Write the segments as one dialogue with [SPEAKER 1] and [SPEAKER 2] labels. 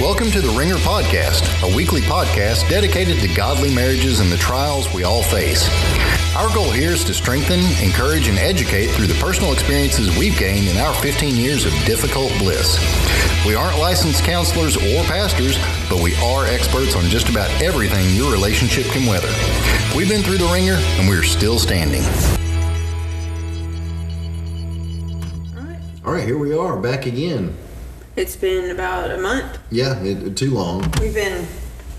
[SPEAKER 1] Welcome to the Ringer Podcast, a weekly podcast dedicated to godly marriages and the trials we all face. Our goal here is to strengthen, encourage, and educate through the personal experiences we've gained in our 15 years of difficult bliss. We aren't licensed counselors or pastors, but we are experts on just about everything your relationship can weather. We've been through the ringer, and we're still standing.
[SPEAKER 2] All right.
[SPEAKER 1] All right, here we are back again.
[SPEAKER 2] It's been about a month.
[SPEAKER 1] Yeah, it, too long.
[SPEAKER 2] We've been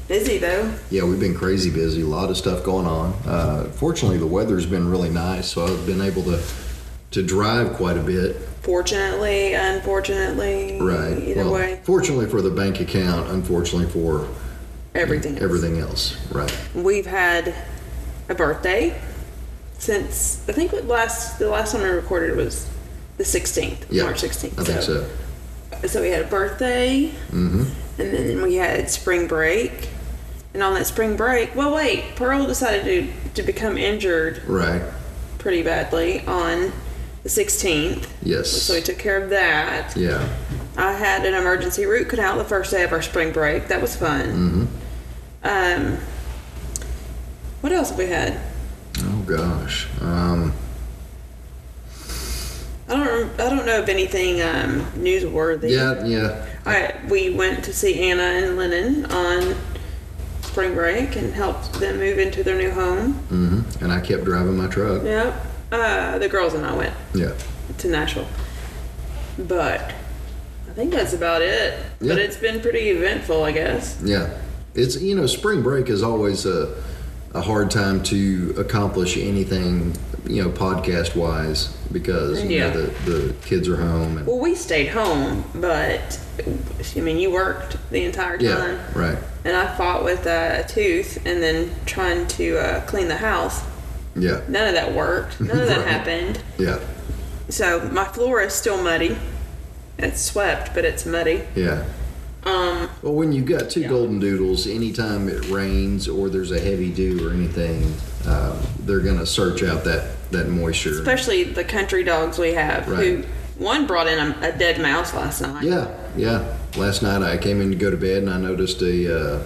[SPEAKER 2] busy though.
[SPEAKER 1] Yeah, we've been crazy busy. A lot of stuff going on. Uh, fortunately, the weather's been really nice, so I've been able to to drive quite a bit.
[SPEAKER 2] Fortunately, unfortunately.
[SPEAKER 1] Right.
[SPEAKER 2] Either
[SPEAKER 1] Well,
[SPEAKER 2] way,
[SPEAKER 1] Fortunately for the bank account. Unfortunately for
[SPEAKER 2] everything.
[SPEAKER 1] everything else. Right.
[SPEAKER 2] We've had a birthday since I think what last the last time we recorded was the 16th,
[SPEAKER 1] Yeah.
[SPEAKER 2] March 16th.
[SPEAKER 1] I think so.
[SPEAKER 2] so. we had a birthday,
[SPEAKER 1] Mm-hmm.
[SPEAKER 2] and then we had spring break. And on that spring break, well, wait, Pearl decided to to become injured
[SPEAKER 1] Right.
[SPEAKER 2] pretty badly on the 16th.
[SPEAKER 1] Yes.
[SPEAKER 2] So we took care of that.
[SPEAKER 1] yeah.
[SPEAKER 2] I had an emergency root canal the first day of our spring break. That was
[SPEAKER 1] mm-hmm.
[SPEAKER 2] fun. Um, what else have we had?
[SPEAKER 1] Oh gosh. Um,
[SPEAKER 2] I don't. I don't know of anything um, newsworthy.
[SPEAKER 1] yeah. Yeah.
[SPEAKER 2] I we went to see Anna and Lennon on spring break and helped them move into their new home.
[SPEAKER 1] hmm And I kept driving my truck.
[SPEAKER 2] Yep. Uh, the girls and I went
[SPEAKER 1] Yeah.
[SPEAKER 2] to Nashville, but I think that's about it.
[SPEAKER 1] Yeah.
[SPEAKER 2] But it's been pretty eventful, I guess.
[SPEAKER 1] Yeah, it's you know spring break is always a a hard time to accomplish anything you know podcast wise because you
[SPEAKER 2] Yeah.
[SPEAKER 1] know, the the kids are home and
[SPEAKER 2] Well, we stayed home, but I mean, you worked the entire
[SPEAKER 1] yeah
[SPEAKER 2] time,
[SPEAKER 1] right
[SPEAKER 2] and I fought with uh, a tooth, and then trying to uh, clean the house.
[SPEAKER 1] yeah
[SPEAKER 2] None of that worked. None of that
[SPEAKER 1] Right.
[SPEAKER 2] happened.
[SPEAKER 1] yeah
[SPEAKER 2] So my floor is still muddy. It's swept, but it's muddy.
[SPEAKER 1] yeah.
[SPEAKER 2] Um,
[SPEAKER 1] Well, when you've got two
[SPEAKER 2] Yeah.
[SPEAKER 1] golden doodles, anytime it rains or there's a heavy dew or anything, uh, they're gonna search out that that moisture.
[SPEAKER 2] especially the country dogs we have, who
[SPEAKER 1] Right.
[SPEAKER 2] one brought in a, a dead mouse last night.
[SPEAKER 1] Yeah, yeah. Last night I came in to go to bed and I noticed a uh,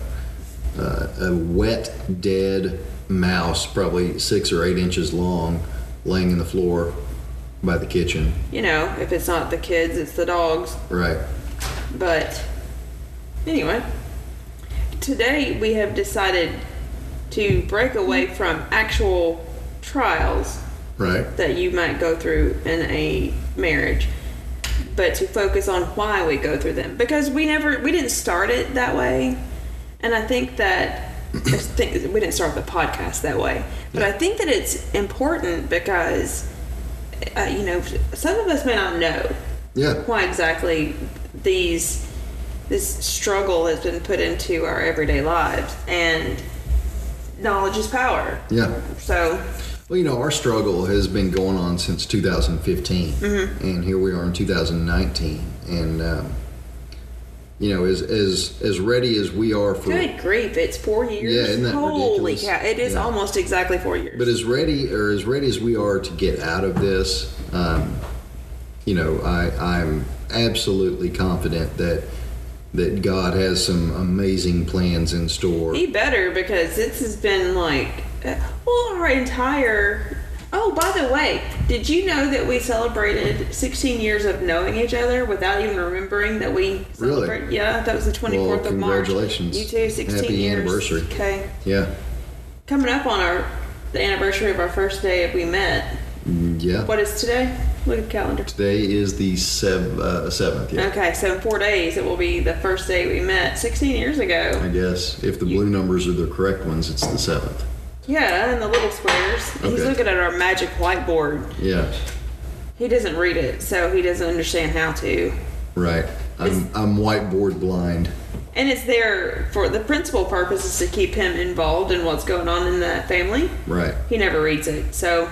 [SPEAKER 1] uh, a wet, dead mouse, probably six or eight inches long, laying in the floor by the kitchen.
[SPEAKER 2] You know, if it's not the kids, it's the dogs.
[SPEAKER 1] Right.
[SPEAKER 2] But anyway, today we have decided to break away from actual trials
[SPEAKER 1] Right.
[SPEAKER 2] that you might go through in a marriage, but to focus on why we go through them because we never we didn't start it that way, and I think that. I think we didn't start the podcast that way, but I think that it's important because uh, you know some of us may not know
[SPEAKER 1] Yeah.
[SPEAKER 2] why exactly these this struggle has been put into our everyday lives and knowledge is power
[SPEAKER 1] Yeah.
[SPEAKER 2] so
[SPEAKER 1] Well, you know, our struggle has been going on since 2015, and here we are in 2019, and um, you know, as as as ready as we are for
[SPEAKER 2] good grief it's four years
[SPEAKER 1] Yeah, isn't that
[SPEAKER 2] holy
[SPEAKER 1] ridiculous?
[SPEAKER 2] cow it is
[SPEAKER 1] Yeah.
[SPEAKER 2] almost exactly four years
[SPEAKER 1] But as ready or as ready as we are to get out of this, um, you know, I, I'm absolutely confident that that God has some amazing plans in store.
[SPEAKER 2] he better because this has been like uh, well our entire oh by the way did you know that we celebrated 16 years of knowing each other without even remembering that we
[SPEAKER 1] Really?
[SPEAKER 2] celebrate yeah that was the 24th
[SPEAKER 1] Well,
[SPEAKER 2] of march
[SPEAKER 1] congratulations.
[SPEAKER 2] you too 16
[SPEAKER 1] Happy
[SPEAKER 2] years.
[SPEAKER 1] anniversary.
[SPEAKER 2] okay
[SPEAKER 1] Yeah,
[SPEAKER 2] coming up on our the anniversary of our first day we met
[SPEAKER 1] Mm, yeah.
[SPEAKER 2] what is today look at the calendar
[SPEAKER 1] Today is the sev- uh, seventh. Yeah,
[SPEAKER 2] okay so in four days it will be the first day we met 16 years ago
[SPEAKER 1] I guess if the blue numbers are the correct ones, it's the seventh.
[SPEAKER 2] yeah and the little squares he's
[SPEAKER 1] Okay.
[SPEAKER 2] looking at our magic whiteboard
[SPEAKER 1] Yeah,
[SPEAKER 2] he doesn't read it so he doesn't understand how to
[SPEAKER 1] right. I'm I'm whiteboard blind.
[SPEAKER 2] and it's there for the principal purpose is to keep him involved in what's going on in the family
[SPEAKER 1] Right.
[SPEAKER 2] he never reads it so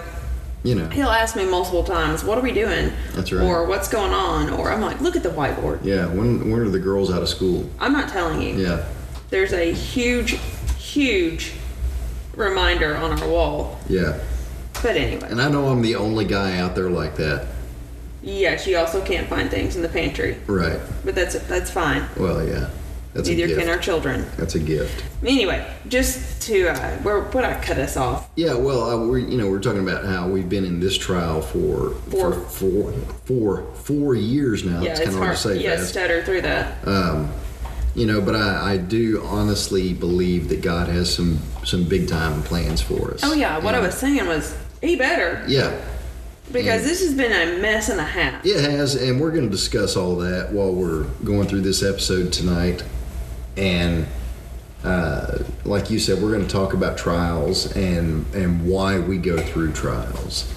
[SPEAKER 1] You know.
[SPEAKER 2] he'll ask me multiple times what are we doing
[SPEAKER 1] That's right.
[SPEAKER 2] or what's going on or i'm like look at the whiteboard
[SPEAKER 1] Yeah. When when are the girls out of school?
[SPEAKER 2] i'm not telling you
[SPEAKER 1] Yeah.
[SPEAKER 2] there's a huge, huge reminder on our wall.
[SPEAKER 1] Yeah.
[SPEAKER 2] But anyway,
[SPEAKER 1] And I know I'm the only guy out there like that.
[SPEAKER 2] yes, you also can't find things in the pantry,
[SPEAKER 1] Right.
[SPEAKER 2] but that's that's fine.
[SPEAKER 1] Well, yeah. That's a
[SPEAKER 2] Neither
[SPEAKER 1] gift.
[SPEAKER 2] can our children.
[SPEAKER 1] That's a gift.
[SPEAKER 2] Anyway, just to uh, where would I cut us off?
[SPEAKER 1] Yeah, well, I, we're you know we're talking about how we've been in this trial for
[SPEAKER 2] Four.
[SPEAKER 1] for four, four, four years now.
[SPEAKER 2] yeah,
[SPEAKER 1] kind
[SPEAKER 2] it's
[SPEAKER 1] of hard
[SPEAKER 2] hard.
[SPEAKER 1] to say
[SPEAKER 2] yeah,
[SPEAKER 1] fast.
[SPEAKER 2] stutter through that.
[SPEAKER 1] Um, you know, but I, I do honestly believe that God has some some big time plans for us.
[SPEAKER 2] oh yeah, what I was saying was he better
[SPEAKER 1] Yeah,
[SPEAKER 2] because
[SPEAKER 1] Mm.
[SPEAKER 2] this has been a mess and a half.
[SPEAKER 1] it has, and we're going to discuss all that while we're going through this episode tonight. And uh, like you said, we're going to talk about trials and and why we go through trials.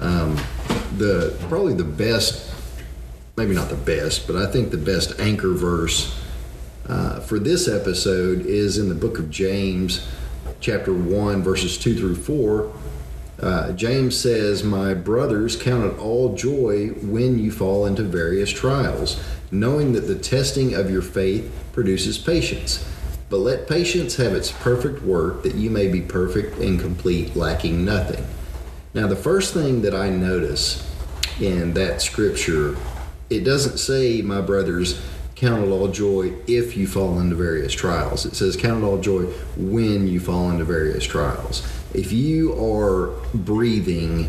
[SPEAKER 1] Um, the probably the best, maybe not the best, but I think the best anchor verse uh, for this episode is in the book of James, chapter one, verses two through four. Uh, James says, My brothers, count it all joy when you fall into various trials, knowing that the testing of your faith produces patience. But let patience have its perfect work, that you may be perfect and complete, lacking nothing. Now, the first thing that I notice in that scripture, it doesn't say, My brothers, count it all joy if you fall into various trials. It says, Count it all joy when you fall into various trials. If you are breathing,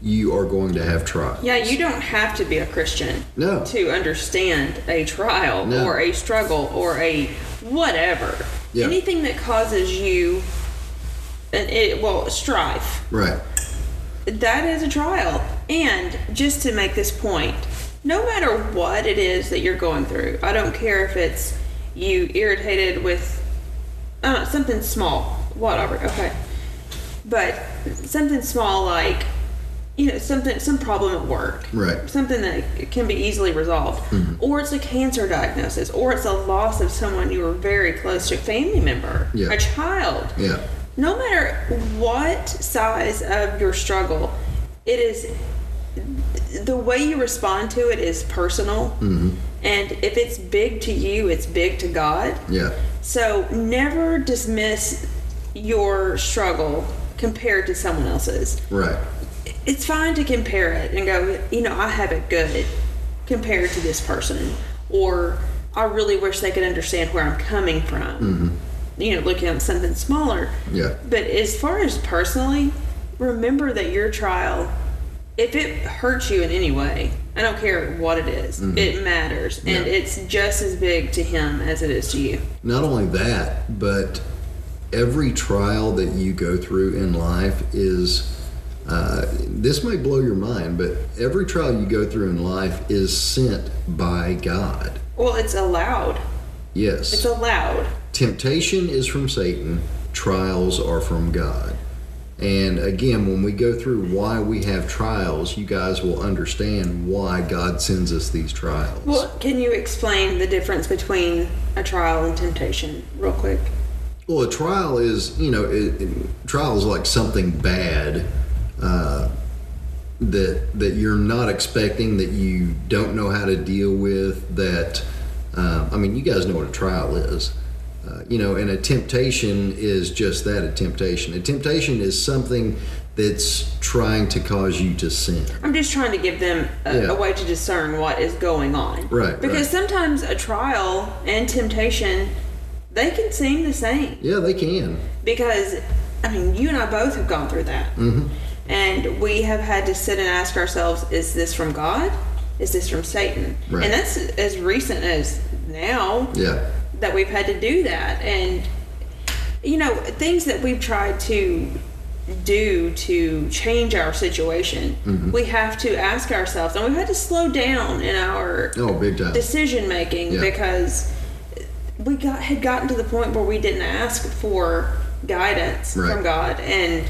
[SPEAKER 1] you are going to have trials.
[SPEAKER 2] Yeah, you don't have to be a Christian
[SPEAKER 1] No.
[SPEAKER 2] to understand a trial
[SPEAKER 1] No.
[SPEAKER 2] or a struggle or a whatever.
[SPEAKER 1] Yeah.
[SPEAKER 2] Anything that causes you an it well, strife.
[SPEAKER 1] Right.
[SPEAKER 2] That is a trial. And just to make this point, no matter what it is that you're going through, I don't care if it's you irritated with uh, something small, whatever, okay. But something small like, you know, something, some problem at work.
[SPEAKER 1] Right. Mm-hmm.
[SPEAKER 2] Something that can be easily resolved. Or it's a cancer diagnosis, or it's a loss of someone you were very close to, a family member,
[SPEAKER 1] Yeah.
[SPEAKER 2] a child
[SPEAKER 1] Yeah.
[SPEAKER 2] no matter what size of your struggle, it is the way you respond to it is personal. And if it's big to you, it's big to God.
[SPEAKER 1] Yeah.
[SPEAKER 2] So never dismiss your struggle compared to someone else's.
[SPEAKER 1] Right.
[SPEAKER 2] It's fine to compare it and go, you know, I have it good compared to this person. Or I really wish they could understand where I'm coming from. You know, looking at something smaller.
[SPEAKER 1] Mm-hmm. Yeah.
[SPEAKER 2] But as far as personally, remember that your trial, if it hurts you in any way, I don't care what it is, it matters. And
[SPEAKER 1] Mm-hmm. Yeah.
[SPEAKER 2] it's just as big to him as it is to you.
[SPEAKER 1] Not only that, but every trial that you go through in life is. Uh, this may blow your mind, but every trial you go through in life is sent by God.
[SPEAKER 2] Well, it's allowed.
[SPEAKER 1] Yes.
[SPEAKER 2] It's allowed.
[SPEAKER 1] Temptation is from Satan, trials are from God. And again, when we go through why we have trials, you guys will understand why God sends us these trials.
[SPEAKER 2] Well, can you explain the difference between a trial and temptation, real quick?
[SPEAKER 1] Well, a trial is, you know, it, it, trial is like something bad uh, that that you're not expecting, that you don't know how to deal with. That, uh, I mean, you guys know what a trial is, uh, you know, and a temptation is just that, a temptation. A temptation is something that's trying to cause you to sin.
[SPEAKER 2] I'm just trying to give them a,
[SPEAKER 1] Yeah.
[SPEAKER 2] a way to discern what is going on.
[SPEAKER 1] Right,
[SPEAKER 2] Because sometimes a trial and temptation, they can seem the same.
[SPEAKER 1] Yeah, they can.
[SPEAKER 2] because I mean, you and I both have gone through that,
[SPEAKER 1] Mm-hmm.
[SPEAKER 2] and we have had to sit and ask ourselves: Is this from God? Is this from Satan?
[SPEAKER 1] Right.
[SPEAKER 2] And that's as recent as now
[SPEAKER 1] Yeah,
[SPEAKER 2] that we've had to do that, and you know, things that we've tried to do to change our situation,
[SPEAKER 1] Mm-hmm.
[SPEAKER 2] we have to ask ourselves, and we've had to slow down in our
[SPEAKER 1] oh, big time.
[SPEAKER 2] decision making
[SPEAKER 1] Yeah.
[SPEAKER 2] because we got had gotten to the point where we didn't ask for guidance
[SPEAKER 1] Right.
[SPEAKER 2] from God and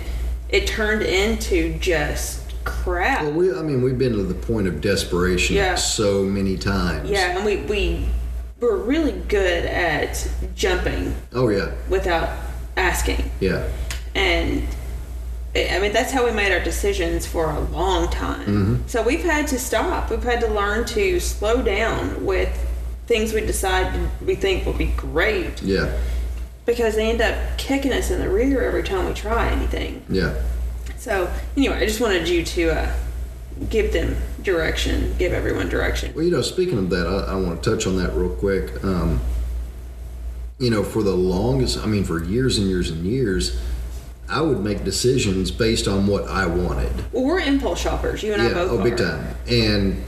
[SPEAKER 2] it turned into just crap.
[SPEAKER 1] Well, we, I mean, we've been to the point of desperation
[SPEAKER 2] Yeah.
[SPEAKER 1] so many times.
[SPEAKER 2] yeah, and we, we were really good at jumping
[SPEAKER 1] Oh yeah,
[SPEAKER 2] without asking.
[SPEAKER 1] yeah.
[SPEAKER 2] And I I mean that's how we made our decisions for a long time.
[SPEAKER 1] Mm-hmm.
[SPEAKER 2] So we've had to stop. We've had to learn to slow down with things we decide we think will be great
[SPEAKER 1] Yeah,
[SPEAKER 2] because they end up kicking us in the rear every time we try anything.
[SPEAKER 1] yeah,
[SPEAKER 2] So anyway, I just wanted you to uh, give them direction, give everyone direction.
[SPEAKER 1] Well, you know, speaking of that, I, I want to touch on that real quick. Um, you know, for the longest, I mean, for years and years and years, I would make decisions based on what I wanted.
[SPEAKER 2] Well, we're impulse shoppers. You and I
[SPEAKER 1] yeah,
[SPEAKER 2] both
[SPEAKER 1] oh, big
[SPEAKER 2] are.
[SPEAKER 1] time. And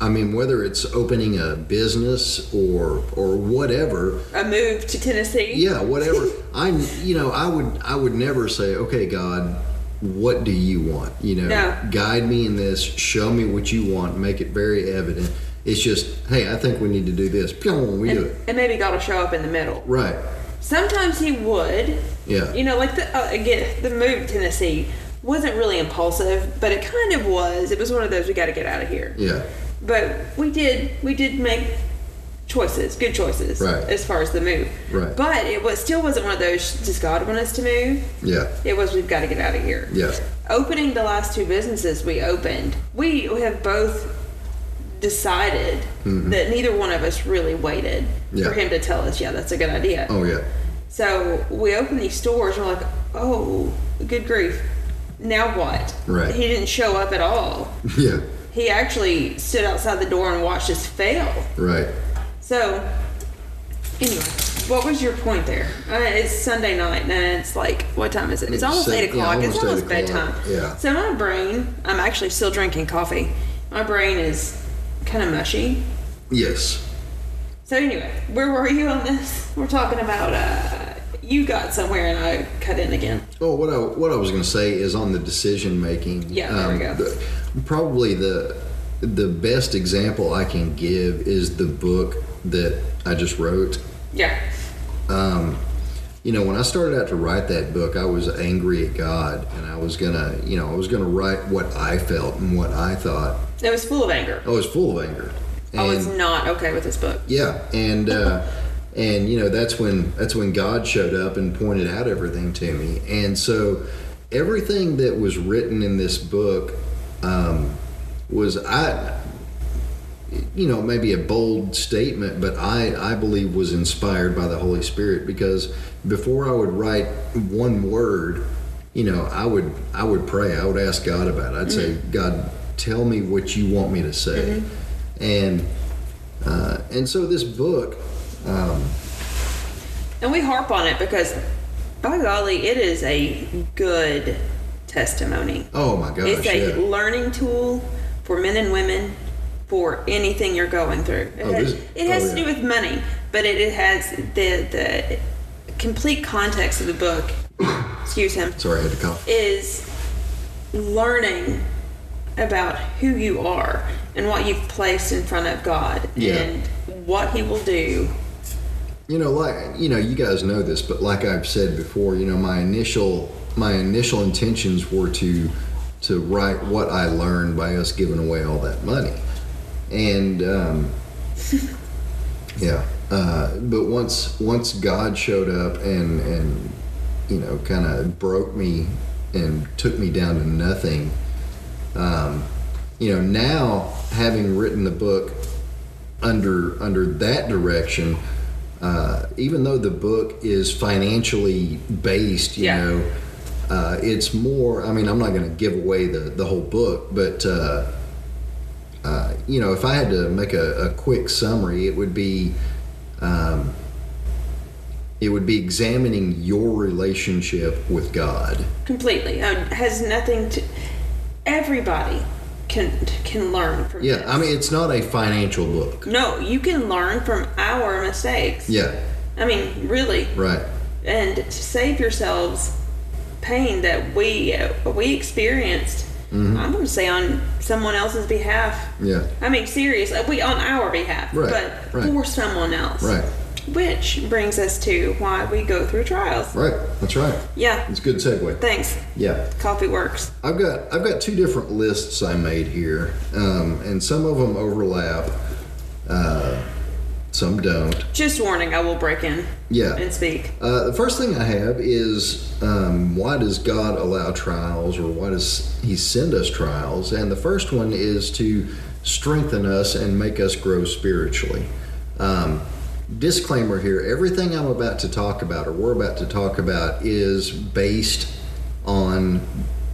[SPEAKER 1] I mean, whether it's opening a business or or whatever,
[SPEAKER 2] A move to Tennessee.
[SPEAKER 1] yeah, whatever. I, you know, I would I would never say, okay, God, what do you want? You know,
[SPEAKER 2] No.
[SPEAKER 1] guide me in this. Show me what you want. Make it very evident. It's just, hey, I think we need to do this. Pyong, we do
[SPEAKER 2] And,
[SPEAKER 1] it.
[SPEAKER 2] and maybe God will show up in the middle.
[SPEAKER 1] Right.
[SPEAKER 2] Sometimes he would.
[SPEAKER 1] Yeah.
[SPEAKER 2] You know, like the uh, again the move to Tennessee wasn't really impulsive, but it kind of was. It was one of those we got to get out of here.
[SPEAKER 1] Yeah.
[SPEAKER 2] But we did we did make choices, good choices,
[SPEAKER 1] Right.
[SPEAKER 2] as far as the move.
[SPEAKER 1] Right.
[SPEAKER 2] But it was still wasn't one of those. Does God want us to move?
[SPEAKER 1] Yeah.
[SPEAKER 2] It was we've got to get out of here.
[SPEAKER 1] Yeah.
[SPEAKER 2] Opening the last two businesses we opened, we have both decided that neither one of us really waited
[SPEAKER 1] Mm-hmm. Yeah.
[SPEAKER 2] for him to tell us, yeah, that's a good idea.
[SPEAKER 1] Oh yeah.
[SPEAKER 2] So we open these stores and we're like, oh, good grief. Now what?
[SPEAKER 1] Right.
[SPEAKER 2] He didn't show up at all.
[SPEAKER 1] Yeah.
[SPEAKER 2] He actually stood outside the door and watched us fail.
[SPEAKER 1] Right.
[SPEAKER 2] So, anyway, what was your point there? Uh, it's Sunday night, and it's like, what time is it? It's almost
[SPEAKER 1] Seven-
[SPEAKER 2] eight
[SPEAKER 1] yeah,
[SPEAKER 2] o'clock. it's
[SPEAKER 1] almost eight
[SPEAKER 2] almost
[SPEAKER 1] o'clock,
[SPEAKER 2] bedtime.
[SPEAKER 1] yeah.
[SPEAKER 2] So my brain, I'm actually still drinking coffee. My brain is kind of mushy.
[SPEAKER 1] Yes.
[SPEAKER 2] So anyway, where were you on this? We're talking about uh, you got somewhere, and I cut in again.
[SPEAKER 1] Oh, what I what I was going to say is on the decision making. um,
[SPEAKER 2] Yeah, there we go.
[SPEAKER 1] the- probably the the best example I can give is the book that I just wrote. Um,
[SPEAKER 2] Yeah.
[SPEAKER 1] You know, when I started out to write that book, I was angry at God, and I was gonna, you know, I was gonna write what I felt and what I thought.
[SPEAKER 2] It was full of anger.
[SPEAKER 1] I was full of anger. And,
[SPEAKER 2] I was not okay with this book.
[SPEAKER 1] Yeah, and uh, and you know that's when that's when God showed up and pointed out everything to me, and so everything that was written in this book um, was I, you know, maybe a bold statement, but I I believe was inspired by the Holy Spirit because before I would write one word, you know, I would I would pray, I would ask God about it. I'd say, God, tell me what you want me to say, and. Uh, and so this book, um,
[SPEAKER 2] And we harp on it because, by golly, it is a good testimony.
[SPEAKER 1] oh my gosh,
[SPEAKER 2] it's a
[SPEAKER 1] yeah.
[SPEAKER 2] learning tool for men and women for anything you're going through. It
[SPEAKER 1] Oh, is
[SPEAKER 2] has,
[SPEAKER 1] it?
[SPEAKER 2] it has
[SPEAKER 1] Oh,
[SPEAKER 2] to
[SPEAKER 1] yeah.
[SPEAKER 2] do with money, but it, it has the the complete context of the book. excuse him.
[SPEAKER 1] Sorry, I had to cough.
[SPEAKER 2] Is learning about who you are and what you've placed in front of God
[SPEAKER 1] Yeah.
[SPEAKER 2] and what He will do.
[SPEAKER 1] You know, like you know, you guys know this, but like I've said before, you know, my initial my initial intentions were to to write what I learned by us giving away all that money, and um, yeah. Uh, but once once God showed up and and you know kind of broke me and took me down to nothing, Um, you know now having written the book under under that direction uh, even though the book is financially based you
[SPEAKER 2] Yeah.
[SPEAKER 1] know uh, it's more i mean i'm not going to give away the, the whole book but uh, uh, you know if i had to make a, a quick summary it would be um, it would be examining your relationship with god
[SPEAKER 2] completely Uh, has nothing to everybody can can learn from
[SPEAKER 1] yeah
[SPEAKER 2] this.
[SPEAKER 1] i mean it's not a financial book
[SPEAKER 2] no you can learn from our mistakes
[SPEAKER 1] yeah
[SPEAKER 2] i mean really
[SPEAKER 1] right
[SPEAKER 2] and to save yourselves pain that we uh, we experienced
[SPEAKER 1] Mm-hmm.
[SPEAKER 2] i'm going to say on someone else's behalf
[SPEAKER 1] yeah
[SPEAKER 2] i mean seriously we on our behalf
[SPEAKER 1] Right,
[SPEAKER 2] but
[SPEAKER 1] right.
[SPEAKER 2] for someone else
[SPEAKER 1] Right,
[SPEAKER 2] which brings us to why we go through trials
[SPEAKER 1] right. That's right.
[SPEAKER 2] yeah
[SPEAKER 1] It's a good segue.
[SPEAKER 2] thanks
[SPEAKER 1] Yeah,
[SPEAKER 2] coffee works
[SPEAKER 1] I've got I've got two different lists I made here, um, and some of them overlap, uh, some don't.
[SPEAKER 2] just warning i will break in
[SPEAKER 1] Yeah.
[SPEAKER 2] and speak
[SPEAKER 1] Uh, the first thing I have is um, why does God allow trials, or why does He send us trials? And the first one is to strengthen us and make us grow spiritually. Um, disclaimer here: everything I'm about to talk about, or we're about to talk about, is based on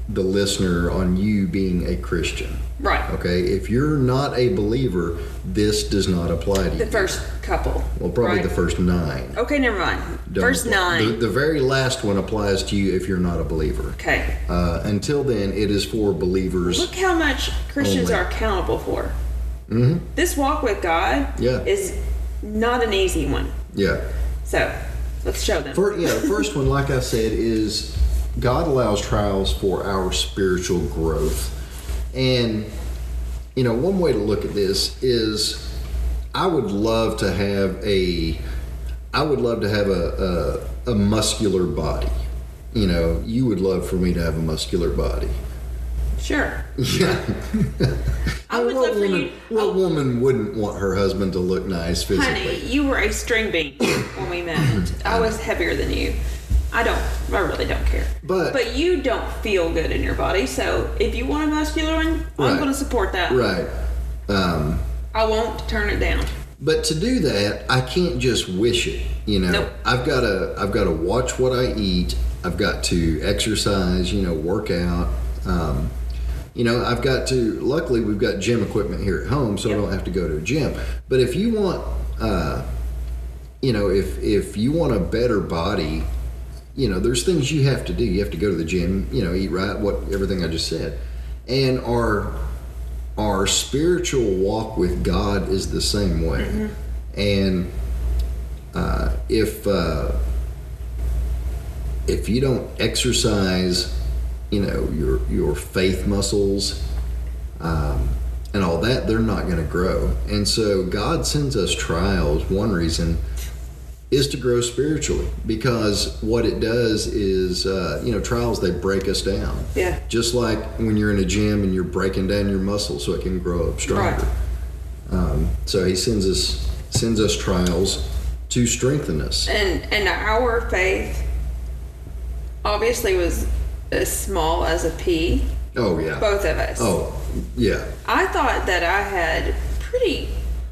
[SPEAKER 1] the listener on you being a Christian.
[SPEAKER 2] Right.
[SPEAKER 1] Okay, if you're not a believer, this does not apply to
[SPEAKER 2] The
[SPEAKER 1] you.
[SPEAKER 2] first couple.
[SPEAKER 1] well, probably
[SPEAKER 2] right?
[SPEAKER 1] the first 9
[SPEAKER 2] Okay, never mind.
[SPEAKER 1] don't
[SPEAKER 2] First
[SPEAKER 1] apply.
[SPEAKER 2] nine.
[SPEAKER 1] The, the very last one applies to you if you're not a believer.
[SPEAKER 2] okay.
[SPEAKER 1] Uh, until then, it is for believers.
[SPEAKER 2] Look how much Christians
[SPEAKER 1] Only.
[SPEAKER 2] are accountable for. Mm-hmm. This walk with God
[SPEAKER 1] Yeah.
[SPEAKER 2] is not an easy one.
[SPEAKER 1] Yeah.
[SPEAKER 2] So let's show them.
[SPEAKER 1] First, yeah, the first one, like I said, is God allows trials for our spiritual growth. And, you know, one way to look at this is I would love to have a. I would love to have a, a, a muscular body. You know, you would love for me to have a muscular body.
[SPEAKER 2] sure. I
[SPEAKER 1] And what
[SPEAKER 2] would love for
[SPEAKER 1] woman,
[SPEAKER 2] you- Oh.
[SPEAKER 1] What woman wouldn't want her husband to look nice physically?
[SPEAKER 2] Honey, you were a string bean when we met. I was heavier than you. I don't. I really don't care.
[SPEAKER 1] But-
[SPEAKER 2] but you don't feel good in your body. So if you want a muscular one,
[SPEAKER 1] Right.
[SPEAKER 2] I'm going to support that.
[SPEAKER 1] Right. Um,
[SPEAKER 2] I won't turn it down.
[SPEAKER 1] But to do that, I can't just wish it. You know,
[SPEAKER 2] Nope.
[SPEAKER 1] I've got to I've got to watch what I eat. I've got to exercise. You know, work out. Um, you know, I've got to. Luckily, we've got gym equipment here at home, so
[SPEAKER 2] Yep.
[SPEAKER 1] I don't have to go to a gym. But if you want, uh, you know, if if you want a better body, you know, there's things you have to do. You have to go to the gym. You know, eat right. What everything I just said, and our our spiritual walk with God is the same way. And uh, if uh, if you don't exercise, you know your your faith muscles um, and all that, they're not going to grow. And so God sends us trials. One reason is to grow spiritually because what it does is uh, you know trials they break us down
[SPEAKER 2] Yeah.
[SPEAKER 1] just like when you're in a gym and you're breaking down your muscles so it can grow up stronger. Um, so he sends us sends us trials to strengthen us.
[SPEAKER 2] and and our faith obviously was as small as a pea
[SPEAKER 1] Oh yeah.
[SPEAKER 2] both of us
[SPEAKER 1] Oh yeah.
[SPEAKER 2] i thought that i had pretty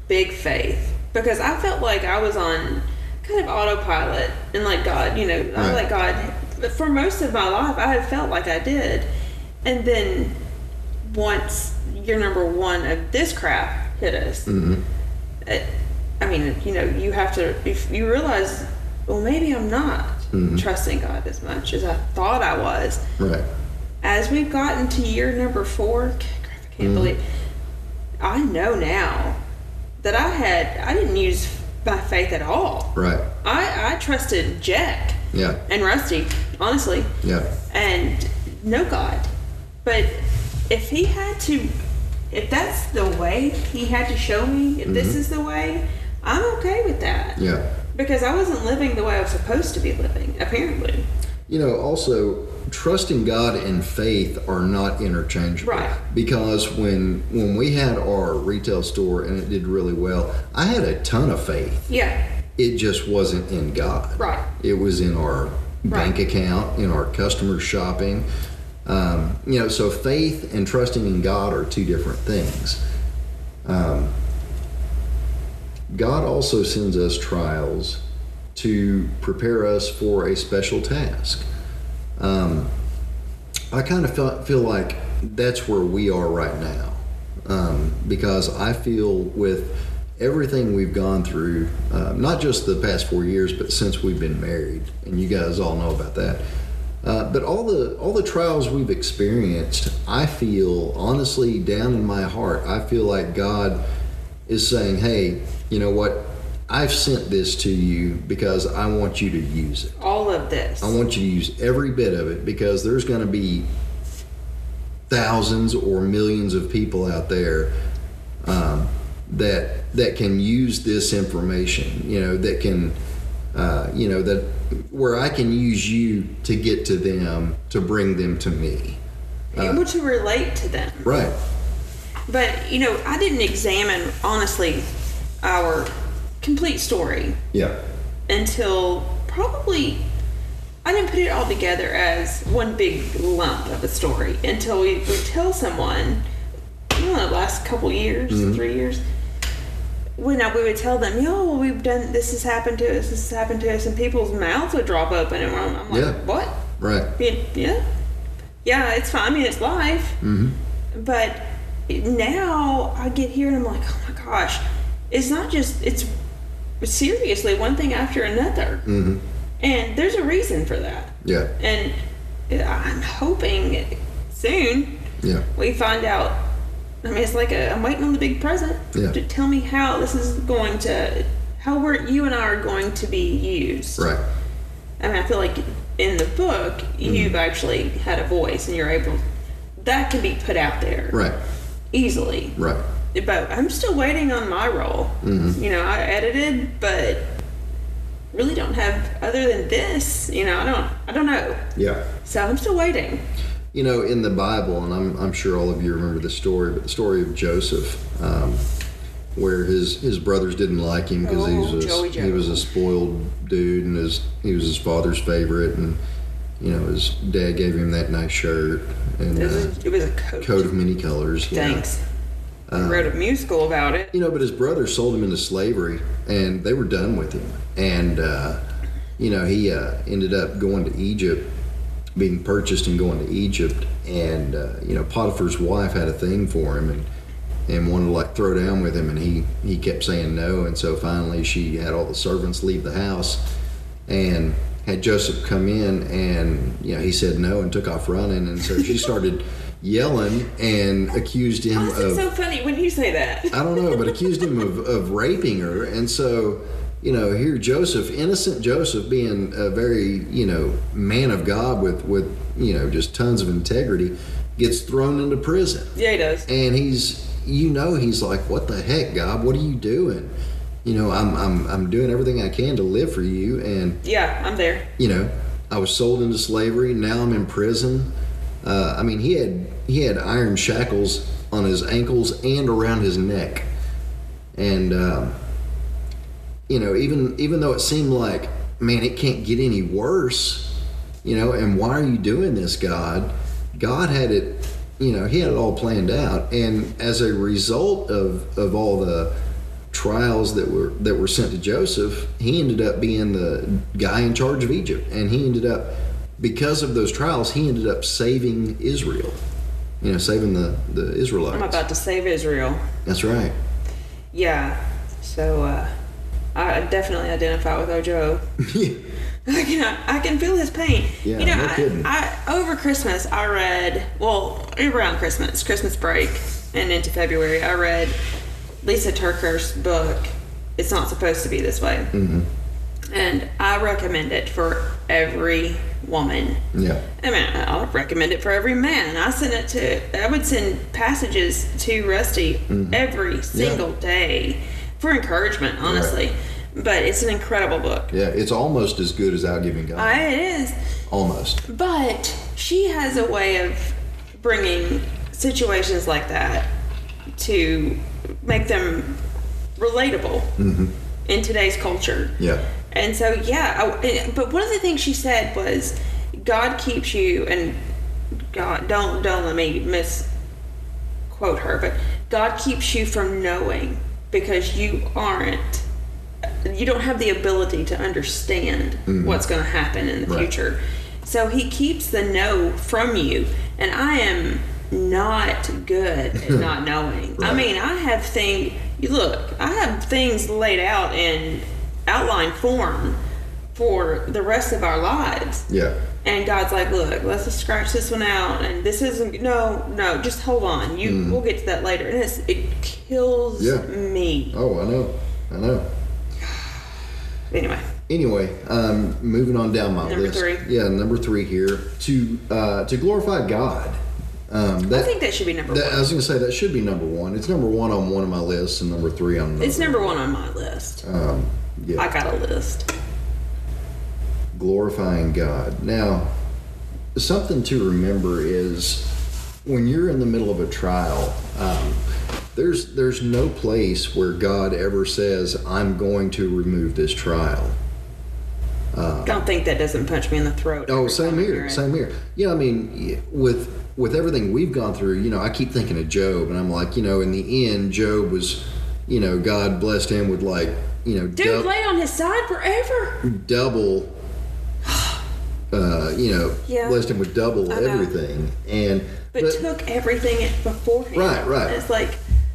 [SPEAKER 2] big faith because i felt like i was on kind of autopilot and like god you know
[SPEAKER 1] Right.
[SPEAKER 2] i let god but for most of my life i had felt like i did and then once your number one of this crap hit us it, I mean, you know, you have to, if you realize, well, maybe I'm not trusting God as much as I thought I was.
[SPEAKER 1] Right.
[SPEAKER 2] As we've gotten to year number four, crap, I
[SPEAKER 1] Mm-hmm.
[SPEAKER 2] can't believe, I know now that I had, I didn't use my faith at all.
[SPEAKER 1] Right.
[SPEAKER 2] I, I trusted Jack
[SPEAKER 1] Yeah.
[SPEAKER 2] and Rusty, honestly
[SPEAKER 1] Yeah.
[SPEAKER 2] and no God. But if he had to, if that's the way he had to show me, if this is the way, I'm okay with that.
[SPEAKER 1] Mm-hmm. Yeah.
[SPEAKER 2] Because I wasn't living the way I was supposed to be living, apparently.
[SPEAKER 1] You know, also trusting God and faith are not interchangeable.
[SPEAKER 2] Right.
[SPEAKER 1] Because when when we had our retail store and it did really well, I had a ton of faith.
[SPEAKER 2] Yeah.
[SPEAKER 1] It just wasn't in God.
[SPEAKER 2] Right.
[SPEAKER 1] It was in our
[SPEAKER 2] Right.
[SPEAKER 1] bank account, in our customer shopping. Um, you know, so faith and trusting in God are two different things. Um, God also sends us trials to prepare us for a special task. Um, I kind of feel, feel like that's where we are right now um, because I feel with everything we've gone through, uh, not just the past four years, but since we've been married, and you guys all know about that. Uh, but all the all the trials we've experienced, I feel honestly down in my heart, I feel like God is saying, "Hey, you know what? I've sent this to you because I want you to use it."
[SPEAKER 2] All of this.
[SPEAKER 1] I want you to use every bit of it because there's going to be thousands or millions of people out there um, that that can use this information. You know that can, uh, you know that where I can use you to get to them to bring them to me. uh,
[SPEAKER 2] Able to relate to them.
[SPEAKER 1] Right.
[SPEAKER 2] But, you know, I didn't examine, honestly, our complete story
[SPEAKER 1] Yeah.
[SPEAKER 2] until probably I didn't put it all together as one big lump of a story until we would tell someone I don't know, the last couple years, three years. When I, we would tell them, "Yo, well, we've done this has happened to us, this has happened to us," and people's mouths would drop open, and I'm, I'm like,
[SPEAKER 1] Yeah.
[SPEAKER 2] "What?
[SPEAKER 1] Right.
[SPEAKER 2] Yeah, yeah. yeah, it's fine. I mean, it's life. But now I get here and I'm like, oh my gosh, it's not just it's seriously one thing after another, and there's a reason for that.
[SPEAKER 1] Mm-hmm. Yeah.
[SPEAKER 2] And I'm hoping soon
[SPEAKER 1] Yeah.
[SPEAKER 2] we find out. I mean, it's like a, I'm waiting on the big present
[SPEAKER 1] Yeah.
[SPEAKER 2] to tell me how this is going to, how we're, you and I are going to be used.
[SPEAKER 1] Right.
[SPEAKER 2] I mean, I feel like in the book, you've actually had a voice and you're able, that can be put out there
[SPEAKER 1] Right.
[SPEAKER 2] easily.
[SPEAKER 1] Right.
[SPEAKER 2] But I'm still waiting on my role. You know, I edited, but really don't have other than this. You know, I don't, I don't know.
[SPEAKER 1] Yeah.
[SPEAKER 2] So I'm still waiting.
[SPEAKER 1] You know, in the Bible, and I'm, I'm sure all of you remember this story, but the story of Joseph, um, where his, his brothers didn't like him because he
[SPEAKER 2] Oh,
[SPEAKER 1] was
[SPEAKER 2] Joey
[SPEAKER 1] a,
[SPEAKER 2] Joe.
[SPEAKER 1] he was a spoiled dude, and his he was his father's favorite, and you know his dad gave him that nice shirt and
[SPEAKER 2] It
[SPEAKER 1] uh,
[SPEAKER 2] was, it was a coach.
[SPEAKER 1] coat of many colors. you know.
[SPEAKER 2] Thanks. I wrote a musical about it.
[SPEAKER 1] You know, but his brother sold him into slavery, and they were done with him. And uh, you know, he uh, ended up going to Egypt, being purchased and going to Egypt. And uh, you know, Potiphar's wife had a thing for him, and and wanted to like throw down with him, and he he kept saying no. And so finally, she had all the servants leave the house, and had Joseph come in, and you know, he said no and took off running. And so she started yelling and accused him
[SPEAKER 2] Oh,
[SPEAKER 1] of
[SPEAKER 2] it's so funny when you say that.
[SPEAKER 1] I don't know, but accused him of, of raping her. And so, you know, here Joseph, innocent Joseph, being a very, you know, man of God with, with you know, just tons of integrity, gets thrown into prison.
[SPEAKER 2] Yeah, he does.
[SPEAKER 1] And he's, you know, he's like, what the heck, God? What are you doing? You know, I'm, I'm, I'm doing everything I can to live for you. And
[SPEAKER 2] Yeah, I'm there.
[SPEAKER 1] you know, I was sold into slavery. Now I'm in prison. Uh, I mean, he had he had iron shackles on his ankles and around his neck, and um, you know, even even though it seemed like, man, it can't get any worse, you know, and why are you doing this, God? God had it, you know, He had it all planned out, and as a result of of all the trials that were that were sent to Joseph, he ended up being the guy in charge of Egypt, and he ended up because of those trials, he ended up saving Israel, you know, saving the the Israelites.
[SPEAKER 2] I'm about to save Israel.
[SPEAKER 1] That's right.
[SPEAKER 2] Yeah. So uh, I definitely identify with Ojo. I can I can feel his pain.
[SPEAKER 1] Yeah,
[SPEAKER 2] you know,
[SPEAKER 1] no
[SPEAKER 2] I,
[SPEAKER 1] kidding.
[SPEAKER 2] I over Christmas I read well around Christmas, Christmas break, and into February I read Lisa Turker's book. It's not supposed to be this way, mm-hmm. and I recommend it for every woman.
[SPEAKER 1] yeah.
[SPEAKER 2] I mean, I'll recommend it for every man. I send it to, I would send passages to Rusty every single day for encouragement, honestly. But it's an incredible book.
[SPEAKER 1] Yeah, it's almost as good as Out Giving God.
[SPEAKER 2] I, it is.
[SPEAKER 1] almost.
[SPEAKER 2] But she has a way of bringing situations like that to make them relatable in today's culture.
[SPEAKER 1] Yeah.
[SPEAKER 2] And so, yeah, I, but one of the things she said was, "God keeps you," and God don't don't let me misquote her, but God keeps you from knowing because you aren't, you don't have the ability to understand what's going to happen in the
[SPEAKER 1] Right.
[SPEAKER 2] future. So He keeps the know from you, and I am not good at not knowing. I
[SPEAKER 1] Right.
[SPEAKER 2] mean, I have thing. You look, I have things laid out in outline form for the rest of our lives.
[SPEAKER 1] Yeah.
[SPEAKER 2] And God's like, look, let's just scratch this one out. And this isn't. No, no, just hold on. You, we'll get to that later. And it's, it kills
[SPEAKER 1] Mm. Yeah.
[SPEAKER 2] me.
[SPEAKER 1] Oh, I know. I know.
[SPEAKER 2] Anyway,
[SPEAKER 1] Anyway, um, moving on down my
[SPEAKER 2] Number
[SPEAKER 1] list.
[SPEAKER 2] three.
[SPEAKER 1] Yeah, number three here to uh, to glorify God. Um, that,
[SPEAKER 2] I think that should be number
[SPEAKER 1] that- uh, I
[SPEAKER 2] one.
[SPEAKER 1] was going to say that should be number one. It's number one on one of my lists, and number three on another.
[SPEAKER 2] It's number one on my list.
[SPEAKER 1] Um, yeah.
[SPEAKER 2] I got a list.
[SPEAKER 1] glorifying God. Now, something to remember is when you're in the middle of a trial, um, there's there's no place where God ever says, "I'm going to remove this trial."
[SPEAKER 2] Don't think that doesn't punch me in the throat.
[SPEAKER 1] Uh, Oh,
[SPEAKER 2] every
[SPEAKER 1] same
[SPEAKER 2] time I hear
[SPEAKER 1] here,
[SPEAKER 2] it.
[SPEAKER 1] same here. Yeah, I mean, y- with with everything we've gone through, you know, I keep thinking of Job, and I'm like, you know, in the end, Job was, you know, God blessed him with like, you know,
[SPEAKER 2] Dude,
[SPEAKER 1] dou-
[SPEAKER 2] lay on his side forever.
[SPEAKER 1] double uh, you know,
[SPEAKER 2] Yeah.
[SPEAKER 1] Lesnar would double
[SPEAKER 2] I know.
[SPEAKER 1] everything, and
[SPEAKER 2] but, took everything beforehand.
[SPEAKER 1] Right, right.
[SPEAKER 2] It's like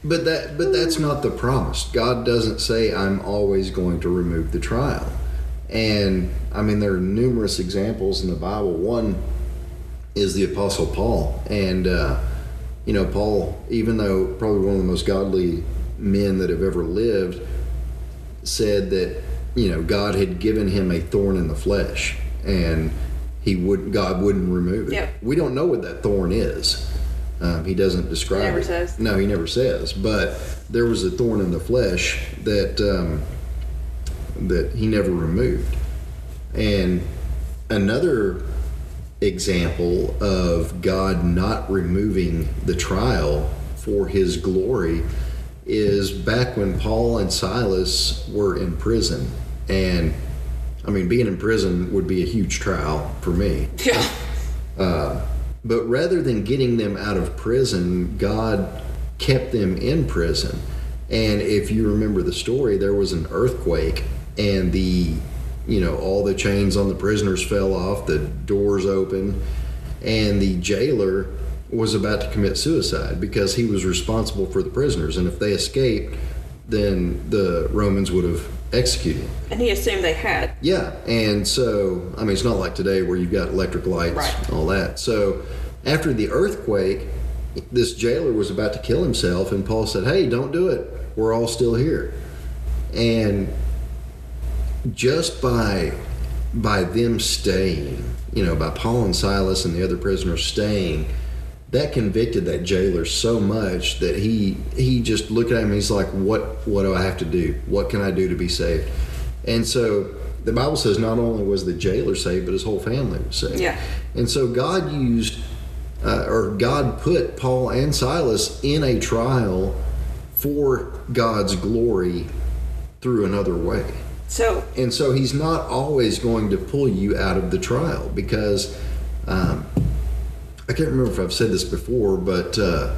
[SPEAKER 1] But that but that's not the promise. God doesn't say I'm always going to remove the trial. And I mean there are numerous examples in the Bible. One is the apostle Paul and uh, you know Paul even though probably one of the most godly men that have ever lived said that you know God had given him a thorn in the flesh and he would God wouldn't remove it.
[SPEAKER 2] Yep.
[SPEAKER 1] We don't know what that thorn is. Um, he doesn't describe
[SPEAKER 2] Never
[SPEAKER 1] it.
[SPEAKER 2] says.
[SPEAKER 1] No, he never says. But there was a thorn in the flesh that um, that he never removed. And another example of God not removing the trial for his glory is back when Paul and Silas were in prison. And I mean, being in prison would be a huge trial for me.
[SPEAKER 2] yeah.
[SPEAKER 1] But rather than getting them out of prison, God kept them in prison. And if you remember the story, there was an earthquake and the you know, all the chains on the prisoners fell off, the doors opened, and the jailer was about to commit suicide because he was responsible for the prisoners and if they escaped, then the Romans would have executed him.
[SPEAKER 2] And he assumed they had.
[SPEAKER 1] Yeah, and so I mean, it's not like today where you've got electric lights,
[SPEAKER 2] Right.
[SPEAKER 1] all that. So after the earthquake, this jailer was about to kill himself, and Paul said, "Hey, don't do it. We're all still here." And just by by them staying, you know, by Paul and Silas and the other prisoners staying, that convicted that jailer so much that he he just looked at him. He's like, "What what do I have to do? What can I do to be saved?" And so the Bible says not only was the jailer saved, but his whole family was saved.
[SPEAKER 2] Yeah.
[SPEAKER 1] And so God used, uh, or God put Paul and Silas in a trial for God's glory through another way.
[SPEAKER 2] So
[SPEAKER 1] And so he's not always going to pull you out of the trial because um, I can't remember if I've said this before, but uh,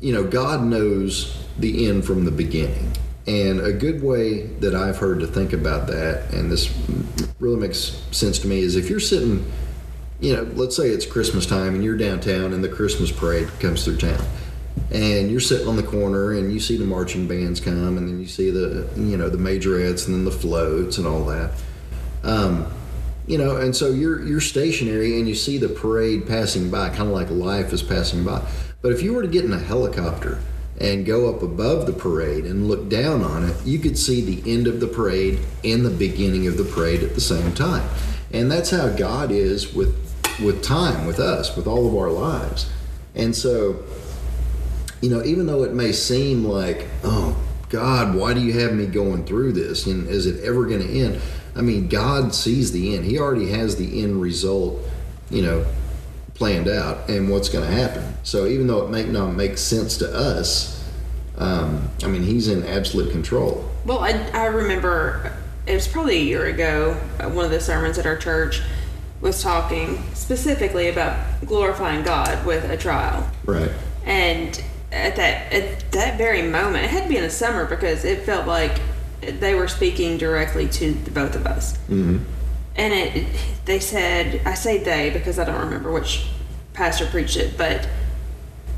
[SPEAKER 1] you know, God knows the end from the beginning. And a good way that I've heard to think about that, and this really makes sense to me, is if you're sitting, you know, let's say it's Christmas time and you're downtown and the Christmas parade comes through town. And you're sitting on the corner and you see the marching bands come and then you see the, you know, the majorettes and then the floats and all that Um, you know and so you're you're stationary and you see the parade passing by kind of like life is passing by but if you were to get in a helicopter and go up above the parade and look down on it you could see the end of the parade and the beginning of the parade at the same time and that's how god is with with time with us with all of our lives and so you know, even though it may seem like, oh God, why do you have me going through this? And is it ever going to end? I mean, God sees the end. He already has the end result, you know, planned out and what's going to happen. So even though it may not make sense to us, um, I mean, He's in absolute control.
[SPEAKER 2] Well, I, I remember it was probably a year ago, uh, one of the sermons at our church was talking specifically about glorifying God with a trial.
[SPEAKER 1] Right.
[SPEAKER 2] And at that at that very moment, it had to be in the summer because it felt like they were speaking directly to the both of us. Mm-hmm. And it, they said, I say they because I don't remember which pastor preached it, but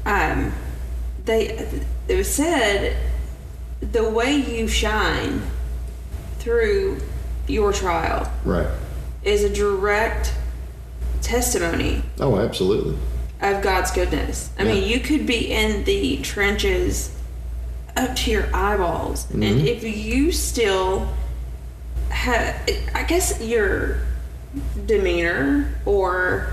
[SPEAKER 2] um, they it was said the way you shine through your trial
[SPEAKER 1] Right.
[SPEAKER 2] is a direct testimony
[SPEAKER 1] Oh, absolutely.
[SPEAKER 2] of God's goodness. I mean, you could be in the trenches up to your eyeballs, and if you still have, I guess your demeanor or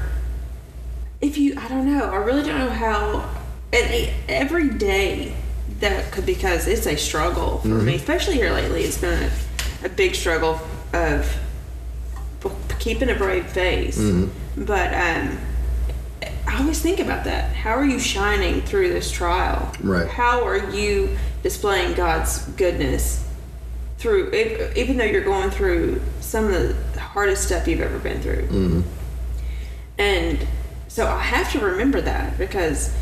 [SPEAKER 2] if you, I don't know, I really don't know how. And e- every day that could because it's a struggle for me, especially here lately. It's been a, a big struggle of keeping a brave face, but um. I always think about that. How are you shining through this trial?
[SPEAKER 1] Right.
[SPEAKER 2] How are you displaying God's goodness through, if, even though you're going through some of the hardest stuff you've ever been through?
[SPEAKER 1] Mm-hmm.
[SPEAKER 2] And so I have to remember that because,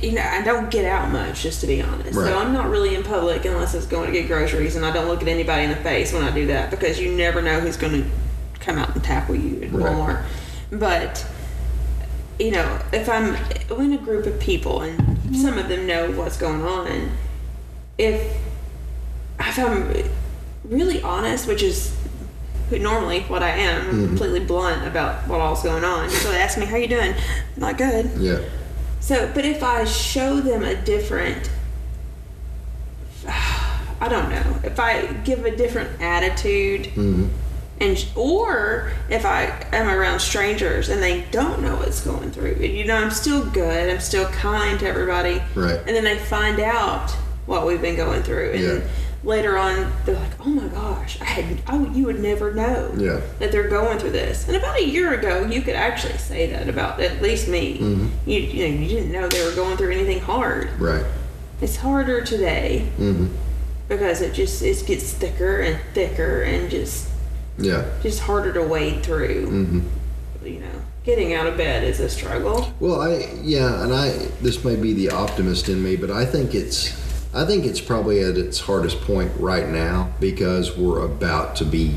[SPEAKER 2] you know, I don't get out much, just to be honest.
[SPEAKER 1] Right.
[SPEAKER 2] So I'm not really in public unless it's going to get groceries, and I don't look at anybody in the face when I do that because you never know who's going to come out and tackle you at
[SPEAKER 1] Right.
[SPEAKER 2] Walmart. But you know, if I'm in a group of people and some of them know what's going on, if if I'm really honest, which is normally what I am, I'm completely blunt about what all's going on. So they ask me, "How you doing?" Not good.
[SPEAKER 1] Yeah.
[SPEAKER 2] So, but if I show them a different, I don't know, if I give a different attitude,
[SPEAKER 1] Mm-hmm.
[SPEAKER 2] and or if I am around strangers and they don't know what's going through, and you know, I'm still good, I'm still kind to everybody,
[SPEAKER 1] Right.
[SPEAKER 2] And then they find out what we've been going through, and
[SPEAKER 1] Yeah.
[SPEAKER 2] later on they're like, "Oh my gosh, I had, oh, you would never know."
[SPEAKER 1] Yeah.
[SPEAKER 2] that they're going through this. And about a year ago, you could actually say that about at least me.
[SPEAKER 1] Mm-hmm.
[SPEAKER 2] You, you know, you didn't know they were going through anything hard.
[SPEAKER 1] Right.
[SPEAKER 2] It's harder today
[SPEAKER 1] Mm-hmm.
[SPEAKER 2] because it just it gets thicker and thicker and just
[SPEAKER 1] Yeah.
[SPEAKER 2] just harder to wade through.
[SPEAKER 1] Mm-hmm.
[SPEAKER 2] You know, getting out of bed is a struggle.
[SPEAKER 1] Well, I yeah, and I this may be the optimist in me, but I think it's I think it's probably at its hardest point right now because we're about to be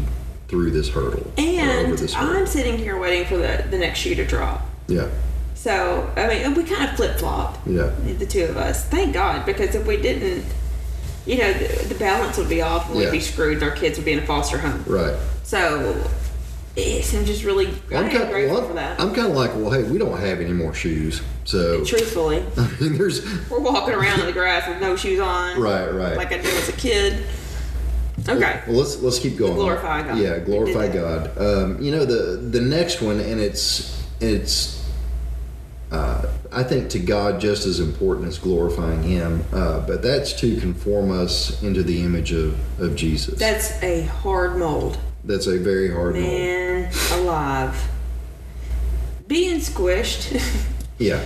[SPEAKER 1] through this hurdle or over
[SPEAKER 2] And
[SPEAKER 1] this hurdle.
[SPEAKER 2] I'm sitting here waiting for the, the next shoe to drop.
[SPEAKER 1] Yeah,
[SPEAKER 2] So I mean, we kind of flip flop.
[SPEAKER 1] yeah,
[SPEAKER 2] the two of us. Thank God, because if we didn't, you know, the, the balance would be off and
[SPEAKER 1] Yeah.
[SPEAKER 2] we'd be screwed and our kids would be in a foster home.
[SPEAKER 1] right.
[SPEAKER 2] So, it's, I'm just really I'm
[SPEAKER 1] I'm kind
[SPEAKER 2] grateful
[SPEAKER 1] well,
[SPEAKER 2] for that.
[SPEAKER 1] I'm kind of like, well, hey, we don't have any more shoes, so
[SPEAKER 2] Truthfully,
[SPEAKER 1] I mean, there's
[SPEAKER 2] we're walking around in the grass with no shoes on.
[SPEAKER 1] Right, right.
[SPEAKER 2] Like I did as a kid. Okay.
[SPEAKER 1] Well, let's let's keep going.
[SPEAKER 2] Glorify God.
[SPEAKER 1] Yeah, glorify
[SPEAKER 2] We did that.
[SPEAKER 1] God. Um, you know the the next one, and it's it's. Uh, I think to God just as important as glorifying Him, uh, but that's to conform us into the image of, of Jesus.
[SPEAKER 2] That's a hard mold.
[SPEAKER 1] That's a very hard one.
[SPEAKER 2] Man alive. Being squished
[SPEAKER 1] Yeah.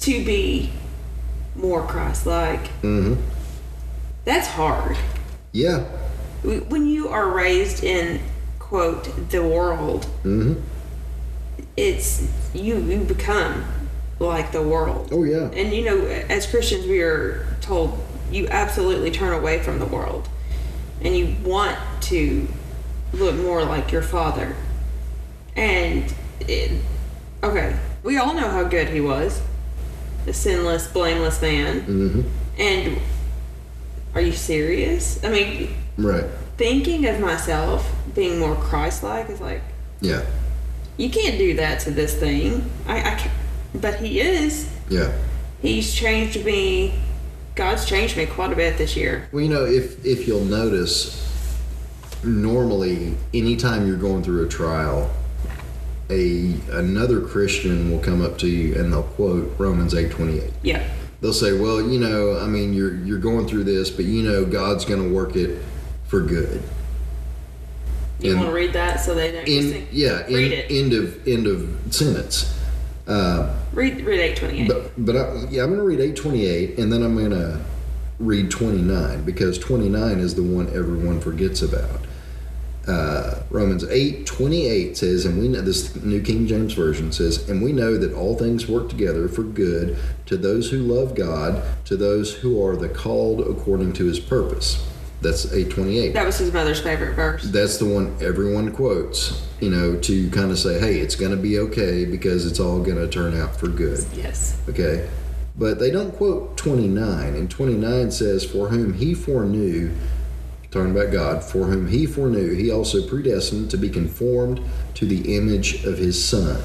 [SPEAKER 2] to be more Christ like,
[SPEAKER 1] hmm
[SPEAKER 2] that's hard.
[SPEAKER 1] Yeah.
[SPEAKER 2] when you are raised in quote the world
[SPEAKER 1] hmm
[SPEAKER 2] it's you you become like the world
[SPEAKER 1] Oh yeah.
[SPEAKER 2] and you know as christians we are told you absolutely turn away from the world and you want to look more like your father and it, okay we all know how good he was a sinless blameless man
[SPEAKER 1] hmm
[SPEAKER 2] and are you serious i mean
[SPEAKER 1] Right.
[SPEAKER 2] thinking of myself being more Christ-like is like
[SPEAKER 1] Yeah.
[SPEAKER 2] you can't do that to this thing. I, I can't, but he is.
[SPEAKER 1] Yeah.
[SPEAKER 2] He's changed me. God's changed me quite a bit this year.
[SPEAKER 1] Well, you know, if if you'll notice, normally anytime you're going through a trial, a another Christian will come up to you and they'll quote Romans eight twenty eight.
[SPEAKER 2] Yeah,
[SPEAKER 1] They'll say, "Well, you know, I mean, you're you're going through this, but you know, God's going to work it for good."
[SPEAKER 2] you
[SPEAKER 1] And-
[SPEAKER 2] want to read that so they don't just
[SPEAKER 1] In
[SPEAKER 2] think-
[SPEAKER 1] yeah, in,
[SPEAKER 2] read it.
[SPEAKER 1] end of end of sentence. Uh,
[SPEAKER 2] read read eight twenty eight.
[SPEAKER 1] But, but I, yeah, I'm going to read 828 and then I'm going to read 29 because 29 is the one everyone forgets about. Uh, Romans 8:28 says, and we know this New King James Version says, and we know that all things work together for good to those who love God, to those who are the called according to His purpose. That's 828.
[SPEAKER 2] That was his mother's favorite verse.
[SPEAKER 1] That's the one everyone quotes, you know, to kind of say, hey, it's going to be okay because it's all going to turn out for good
[SPEAKER 2] Yes.
[SPEAKER 1] okay but they don't quote 29 and 29 says for whom he foreknew talking about god for whom he foreknew he also predestined to be conformed to the image of his son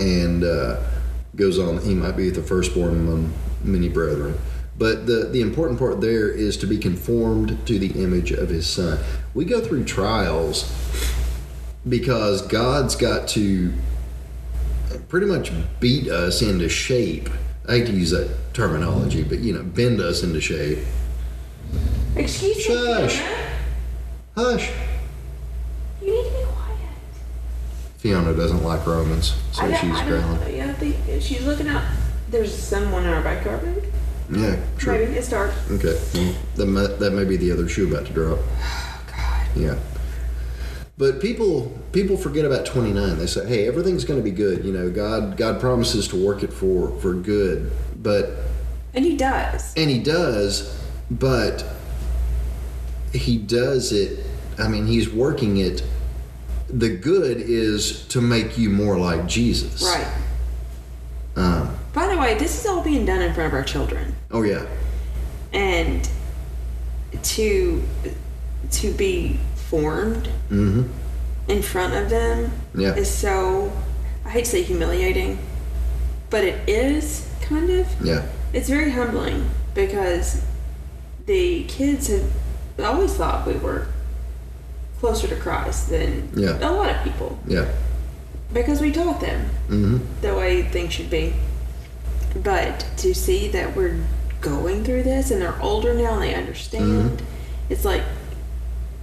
[SPEAKER 1] and uh, goes on he might be the firstborn among many brethren but the, the important part there is to be conformed to the image of his son we go through trials because god's got to pretty much beat us into shape. I hate to use that terminology, but you know, bend us into shape.
[SPEAKER 2] Excuse me.
[SPEAKER 1] Shush.
[SPEAKER 2] Fiona.
[SPEAKER 1] Hush.
[SPEAKER 2] You need to be quiet.
[SPEAKER 1] Fiona doesn't like Romans, so
[SPEAKER 2] I don't-
[SPEAKER 1] she's
[SPEAKER 2] I don't-
[SPEAKER 1] growling.
[SPEAKER 2] Yeah, I think she's looking out. There's someone in our backyard. Maybe,
[SPEAKER 1] Yeah, sure.
[SPEAKER 2] maybe it's dark.
[SPEAKER 1] Okay. Well, that, may, that may be the other shoe about to drop. Oh,
[SPEAKER 2] God.
[SPEAKER 1] Yeah. But people people forget about 29. They say, "Hey, everything's going to be good." You know, God God promises to work it for for good. But
[SPEAKER 2] And he does.
[SPEAKER 1] And he does, but he does it. I mean, he's working it the good is to make you more like Jesus.
[SPEAKER 2] Right.
[SPEAKER 1] Um,
[SPEAKER 2] By the way, this is all being done in front of our children,
[SPEAKER 1] oh yeah.
[SPEAKER 2] and to to be formed
[SPEAKER 1] Mm-hmm.
[SPEAKER 2] in front of them
[SPEAKER 1] Yeah.
[SPEAKER 2] is so I hate to say humiliating, but it is kind of.
[SPEAKER 1] Yeah.
[SPEAKER 2] It's very humbling because the kids have always thought we were closer to Christ than
[SPEAKER 1] Yeah.
[SPEAKER 2] a lot of people
[SPEAKER 1] Yeah.
[SPEAKER 2] because we taught them
[SPEAKER 1] Mm-hmm.
[SPEAKER 2] the way things should be. But to see that we're going through this and they're older now and they understand,
[SPEAKER 1] Mm-hmm.
[SPEAKER 2] it's like,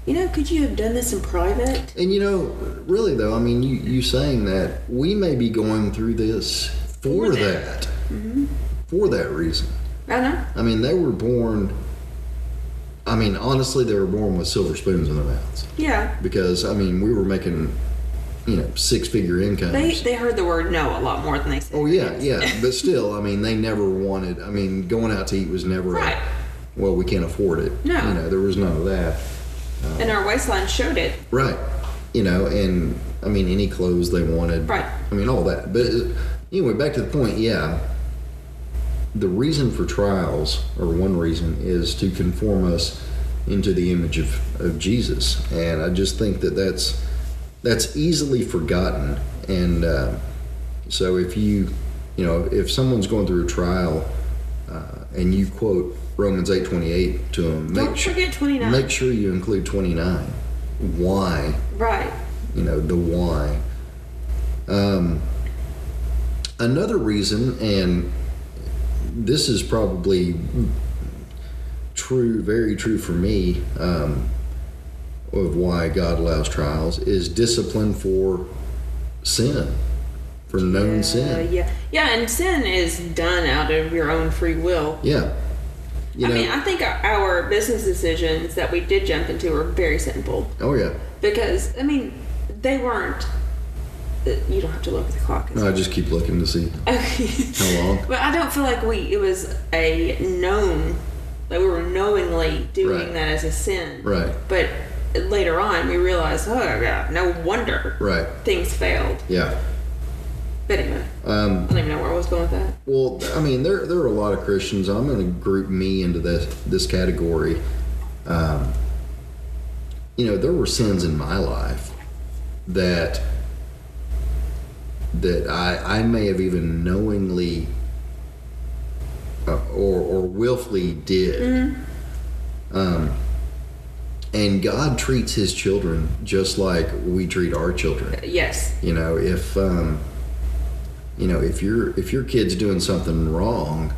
[SPEAKER 2] you know, could you have done this in private?
[SPEAKER 1] And you know, really though, I mean, you you saying that we may be going through this for
[SPEAKER 2] For
[SPEAKER 1] that,
[SPEAKER 2] that. Mm-hmm.
[SPEAKER 1] for that reason.
[SPEAKER 2] I don't know.
[SPEAKER 1] I mean, they were born. I mean, honestly, they were born with silver spoons in their mouths
[SPEAKER 2] Yeah.
[SPEAKER 1] because I mean, we were making, you know, six figure incomes.
[SPEAKER 2] They, they heard the word no a lot more than they said.
[SPEAKER 1] Oh yeah,
[SPEAKER 2] yes.
[SPEAKER 1] yeah. But still, I mean, they never wanted. I mean, going out to eat was never. a,
[SPEAKER 2] Right.
[SPEAKER 1] well, we can't afford it.
[SPEAKER 2] No.
[SPEAKER 1] You know, there was none of that.
[SPEAKER 2] And our waistline showed it.
[SPEAKER 1] Right. You know, and I mean, any clothes they wanted.
[SPEAKER 2] Right.
[SPEAKER 1] I mean, all that. But uh, anyway, back to the point. Yeah. The reason for trials, or one reason, is to conform us into the image of, of Jesus, and I just think that that's that's easily forgotten. And uh, so, if you you know, if someone's going through a trial, uh, and you quote Romans eight twenty eight to them, make
[SPEAKER 2] Don't
[SPEAKER 1] sure
[SPEAKER 2] forget 29.
[SPEAKER 1] make sure you include 29 why
[SPEAKER 2] right.
[SPEAKER 1] you know the why um, another reason and this is probably true very true for me um, of why god allows trials is discipline for sin for known
[SPEAKER 2] Uh,
[SPEAKER 1] sin
[SPEAKER 2] yeah. Yeah, and sin is done out of your own free will.
[SPEAKER 1] yeah you
[SPEAKER 2] I
[SPEAKER 1] know
[SPEAKER 2] mean, I think our, our business decisions that we did jump into were very simple
[SPEAKER 1] oh yeah
[SPEAKER 2] because, I mean, they weren't. uh, You don't have to look at the clock. it's
[SPEAKER 1] no, i just keep looking to see
[SPEAKER 2] Okay.
[SPEAKER 1] How long?
[SPEAKER 2] But I don't feel like we it was a known like we were knowingly doing
[SPEAKER 1] Right.
[SPEAKER 2] that as a sin.
[SPEAKER 1] Right.
[SPEAKER 2] But later on we realized, oh god, no wonder
[SPEAKER 1] right
[SPEAKER 2] things failed.
[SPEAKER 1] yeah
[SPEAKER 2] But anyway,
[SPEAKER 1] um,
[SPEAKER 2] I don't even know where I was going with that.
[SPEAKER 1] Well, I mean, there there are a lot of Christians. I'm going to group me into this this category. Um, you know, there were sins in my life that that I I may have even knowingly uh, or or willfully did. Um, and God treats His children just like we treat our children
[SPEAKER 2] Yes.
[SPEAKER 1] you know if um, you know if your if your kid's doing something wrong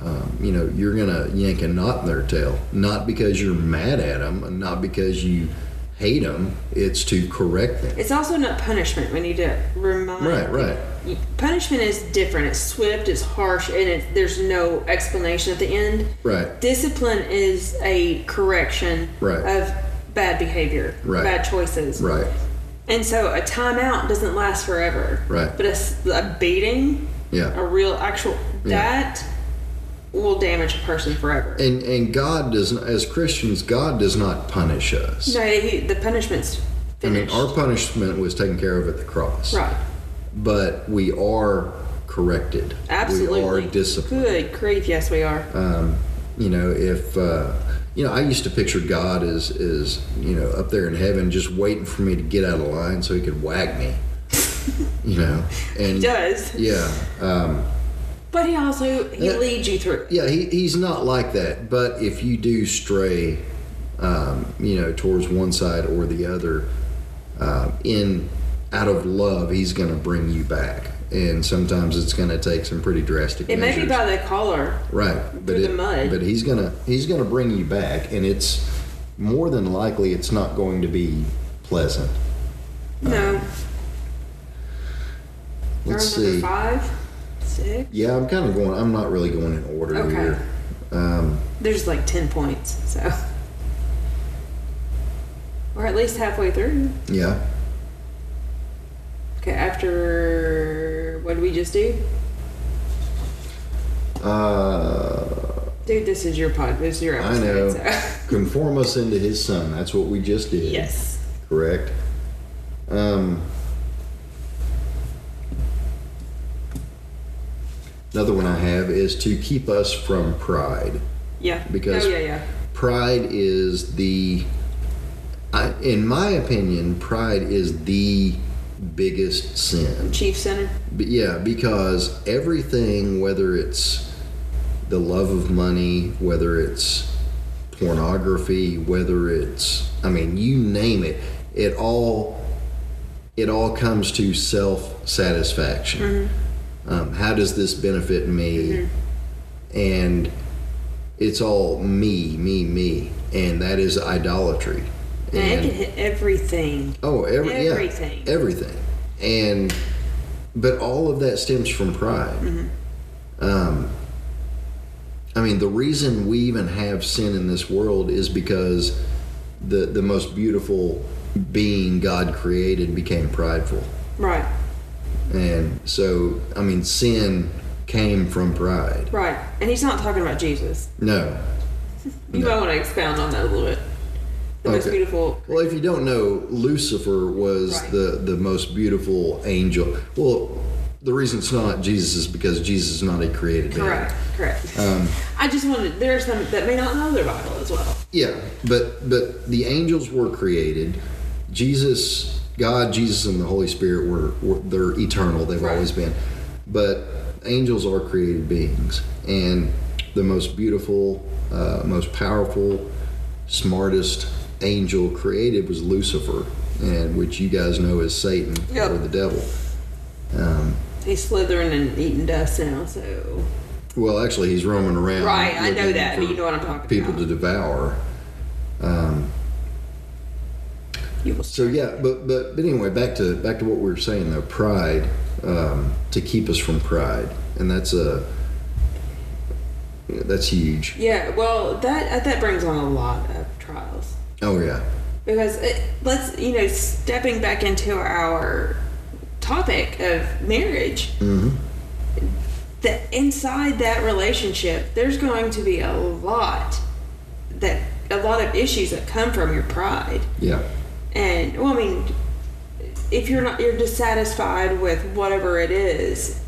[SPEAKER 1] um, you know you're gonna yank a knot in their tail not because you're mad at them and not because you hate them it's to correct them
[SPEAKER 2] It's also not punishment. We need to remind
[SPEAKER 1] right right
[SPEAKER 2] You- Punishment is different. It's swift, it's harsh, and it, there's no explanation at the end.
[SPEAKER 1] right
[SPEAKER 2] Discipline is a correction
[SPEAKER 1] Right.
[SPEAKER 2] of bad behavior,
[SPEAKER 1] Right.
[SPEAKER 2] bad choices.
[SPEAKER 1] right
[SPEAKER 2] And so a timeout doesn't last forever.
[SPEAKER 1] Right.
[SPEAKER 2] But a, s- a beating,
[SPEAKER 1] yeah
[SPEAKER 2] a real actual,
[SPEAKER 1] Yeah.
[SPEAKER 2] that will damage a person forever.
[SPEAKER 1] and and god does not as christians god does not punish us
[SPEAKER 2] no, he, the punishment's
[SPEAKER 1] i mean
[SPEAKER 2] finished.
[SPEAKER 1] our punishment was taken care of at the cross
[SPEAKER 2] right.
[SPEAKER 1] but we are corrected
[SPEAKER 2] Absolutely.
[SPEAKER 1] we are disciplined
[SPEAKER 2] Good grief, yes, we are.
[SPEAKER 1] um, you know if uh, you know i used to picture god as is you know up there in heaven just waiting for me to get out of line so he could wag me you know and
[SPEAKER 2] He does.
[SPEAKER 1] yeah um,
[SPEAKER 2] But he also, he
[SPEAKER 1] Yeah.
[SPEAKER 2] leads you through.
[SPEAKER 1] yeah he, he's not like that but if you do stray um, you know towards one side or the other uh, in out of love he's going to bring you back and sometimes it's going to take some pretty drastic
[SPEAKER 2] It may
[SPEAKER 1] measures.
[SPEAKER 2] be by the collar.
[SPEAKER 1] Right, but
[SPEAKER 2] Through
[SPEAKER 1] it,
[SPEAKER 2] the mud.
[SPEAKER 1] but he's gonna he's gonna bring you back, and it's more than likely it's not going to be pleasant.
[SPEAKER 2] No.
[SPEAKER 1] Um, Let's
[SPEAKER 2] Or number
[SPEAKER 1] see.
[SPEAKER 2] Five, six.
[SPEAKER 1] Yeah, I'm kind of going. I'm not really going in order
[SPEAKER 2] Okay.
[SPEAKER 1] here. Um,
[SPEAKER 2] There's like 10 points, so. Or at least halfway through.
[SPEAKER 1] yeah,
[SPEAKER 2] Okay, after what did we just do?
[SPEAKER 1] uh,
[SPEAKER 2] Dude, this is your pod. This is your
[SPEAKER 1] I
[SPEAKER 2] episode.
[SPEAKER 1] know.
[SPEAKER 2] So.
[SPEAKER 1] conform us into His Son. That's what we just did.
[SPEAKER 2] yes.
[SPEAKER 1] correct. Um, another one I have is to keep us from pride.
[SPEAKER 2] Yeah.
[SPEAKER 1] Because-
[SPEAKER 2] oh, yeah, yeah.
[SPEAKER 1] Pride is the, I, in my opinion, pride is the biggest sin.
[SPEAKER 2] Chief Center.
[SPEAKER 1] But yeah, because everything, whether it's the love of money, whether it's pornography, whether it's I mean, you name it, it all it all comes to self satisfaction. Um, how does this benefit me? And it's all me, me, me, and that is idolatry.
[SPEAKER 2] Man, it
[SPEAKER 1] And-
[SPEAKER 2] can hit everything.
[SPEAKER 1] Oh, every,
[SPEAKER 2] Everything.
[SPEAKER 1] Yeah, everything. And, but all of that stems from pride.
[SPEAKER 2] Mm-hmm.
[SPEAKER 1] Um, I mean, the reason we even have sin in this world is because the, the most beautiful being God created became prideful.
[SPEAKER 2] Right.
[SPEAKER 1] And so, I mean, sin came from pride.
[SPEAKER 2] Right. And he's not talking about Jesus.
[SPEAKER 1] No.
[SPEAKER 2] You
[SPEAKER 1] No.
[SPEAKER 2] might want to expound on that a little bit. The most
[SPEAKER 1] Okay.
[SPEAKER 2] beautiful.
[SPEAKER 1] Well, if you don't know, Lucifer was
[SPEAKER 2] Right.
[SPEAKER 1] the, the most beautiful angel. Well, the reason it's not Jesus is because Jesus is not a created being.
[SPEAKER 2] Correct. Correct.
[SPEAKER 1] Um,
[SPEAKER 2] I just wanted. There are some that may not know their Bible as well.
[SPEAKER 1] yeah, but but the angels were created. Jesus, God, Jesus, and the Holy Spirit were, were they're eternal. They've
[SPEAKER 2] Right.
[SPEAKER 1] always been. But angels are created beings, and the most beautiful, uh, most powerful, smartest angel created was Lucifer, and which you guys know as Satan
[SPEAKER 2] Yep.
[SPEAKER 1] or the devil. Um,
[SPEAKER 2] He's slithering and eating dust now. So.
[SPEAKER 1] well, actually, he's roaming around.
[SPEAKER 2] Right. I know
[SPEAKER 1] looking
[SPEAKER 2] that.
[SPEAKER 1] for-
[SPEAKER 2] But you know what I'm talking
[SPEAKER 1] people to
[SPEAKER 2] about.
[SPEAKER 1] devour. Um,
[SPEAKER 2] You will-
[SPEAKER 1] so yeah, but, but but anyway, back to back to what we were saying though, pride um, to keep us from pride, and that's a that's huge.
[SPEAKER 2] Yeah. Well, that uh, that brings on a lot of trials.
[SPEAKER 1] Oh yeah,
[SPEAKER 2] because it, let's you know stepping back into our topic of marriage that inside that relationship there's going to be a lot that a lot of issues that come from your pride
[SPEAKER 1] yeah,
[SPEAKER 2] and well i mean if you're not you're dissatisfied with whatever it is,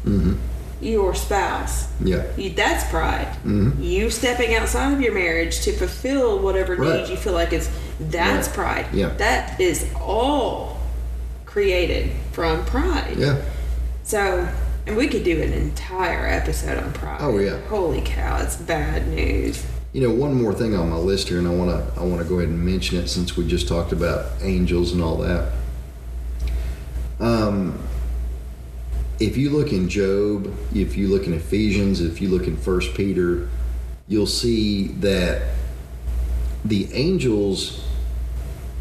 [SPEAKER 2] your spouse
[SPEAKER 1] mm-hmm, yeah,
[SPEAKER 2] you- that's pride.
[SPEAKER 1] Mm-hmm.
[SPEAKER 2] You stepping outside of your marriage to fulfill whatever
[SPEAKER 1] Right.
[SPEAKER 2] need you feel like is that's
[SPEAKER 1] Right.
[SPEAKER 2] pride.
[SPEAKER 1] Yeah.
[SPEAKER 2] That is all created from pride.
[SPEAKER 1] yeah.
[SPEAKER 2] So, and we could do an entire episode on pride.
[SPEAKER 1] Oh, yeah.
[SPEAKER 2] Holy cow, it's bad news.
[SPEAKER 1] You know, one more thing on my list here, and I want to I want to go ahead and mention it since we just talked about angels and all that. Um, if you look in Job, if you look in Ephesians, if you look in First Peter, you'll see that the angels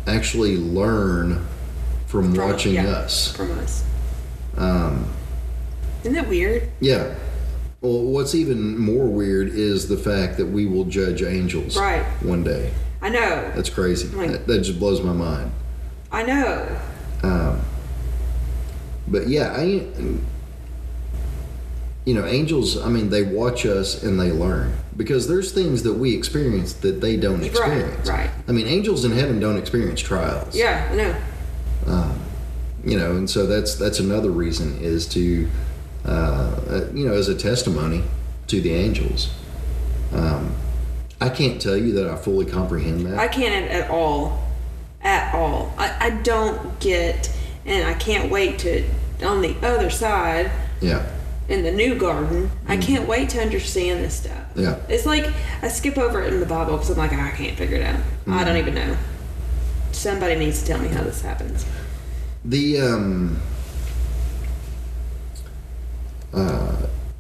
[SPEAKER 1] actually learn from,
[SPEAKER 2] From-
[SPEAKER 1] watching
[SPEAKER 2] yeah,
[SPEAKER 1] us.
[SPEAKER 2] From us.
[SPEAKER 1] Um,
[SPEAKER 2] Isn't that weird?
[SPEAKER 1] yeah. Well, what's even more weird is the fact that we will judge angels
[SPEAKER 2] Right.
[SPEAKER 1] one day.
[SPEAKER 2] I know.
[SPEAKER 1] That's crazy.
[SPEAKER 2] Like-
[SPEAKER 1] that, that just blows my mind.
[SPEAKER 2] I know.
[SPEAKER 1] Um, but yeah, I, you know, angels. I mean, they watch us and they learn because there's things that we experience that they don't
[SPEAKER 2] Right,
[SPEAKER 1] experience.
[SPEAKER 2] right.
[SPEAKER 1] I mean, angels in heaven don't experience trials.
[SPEAKER 2] Yeah, I know.
[SPEAKER 1] Um, you know, and so that's that's another reason is to, uh, uh, you know, as a testimony to the angels. Um, I can't tell you that I fully comprehend that.
[SPEAKER 2] I can't at all. At all. I, I don't get, and I can't wait to, on the other side,
[SPEAKER 1] yeah.
[SPEAKER 2] in the new garden.
[SPEAKER 1] Mm.
[SPEAKER 2] I can't wait to understand this stuff.
[SPEAKER 1] Yeah.
[SPEAKER 2] It's like I skip over it in the Bible because I'm like, "Ah, I can't figure it out. I
[SPEAKER 1] Mm.
[SPEAKER 2] don't even know. Somebody needs to tell me how this happens.
[SPEAKER 1] The um uh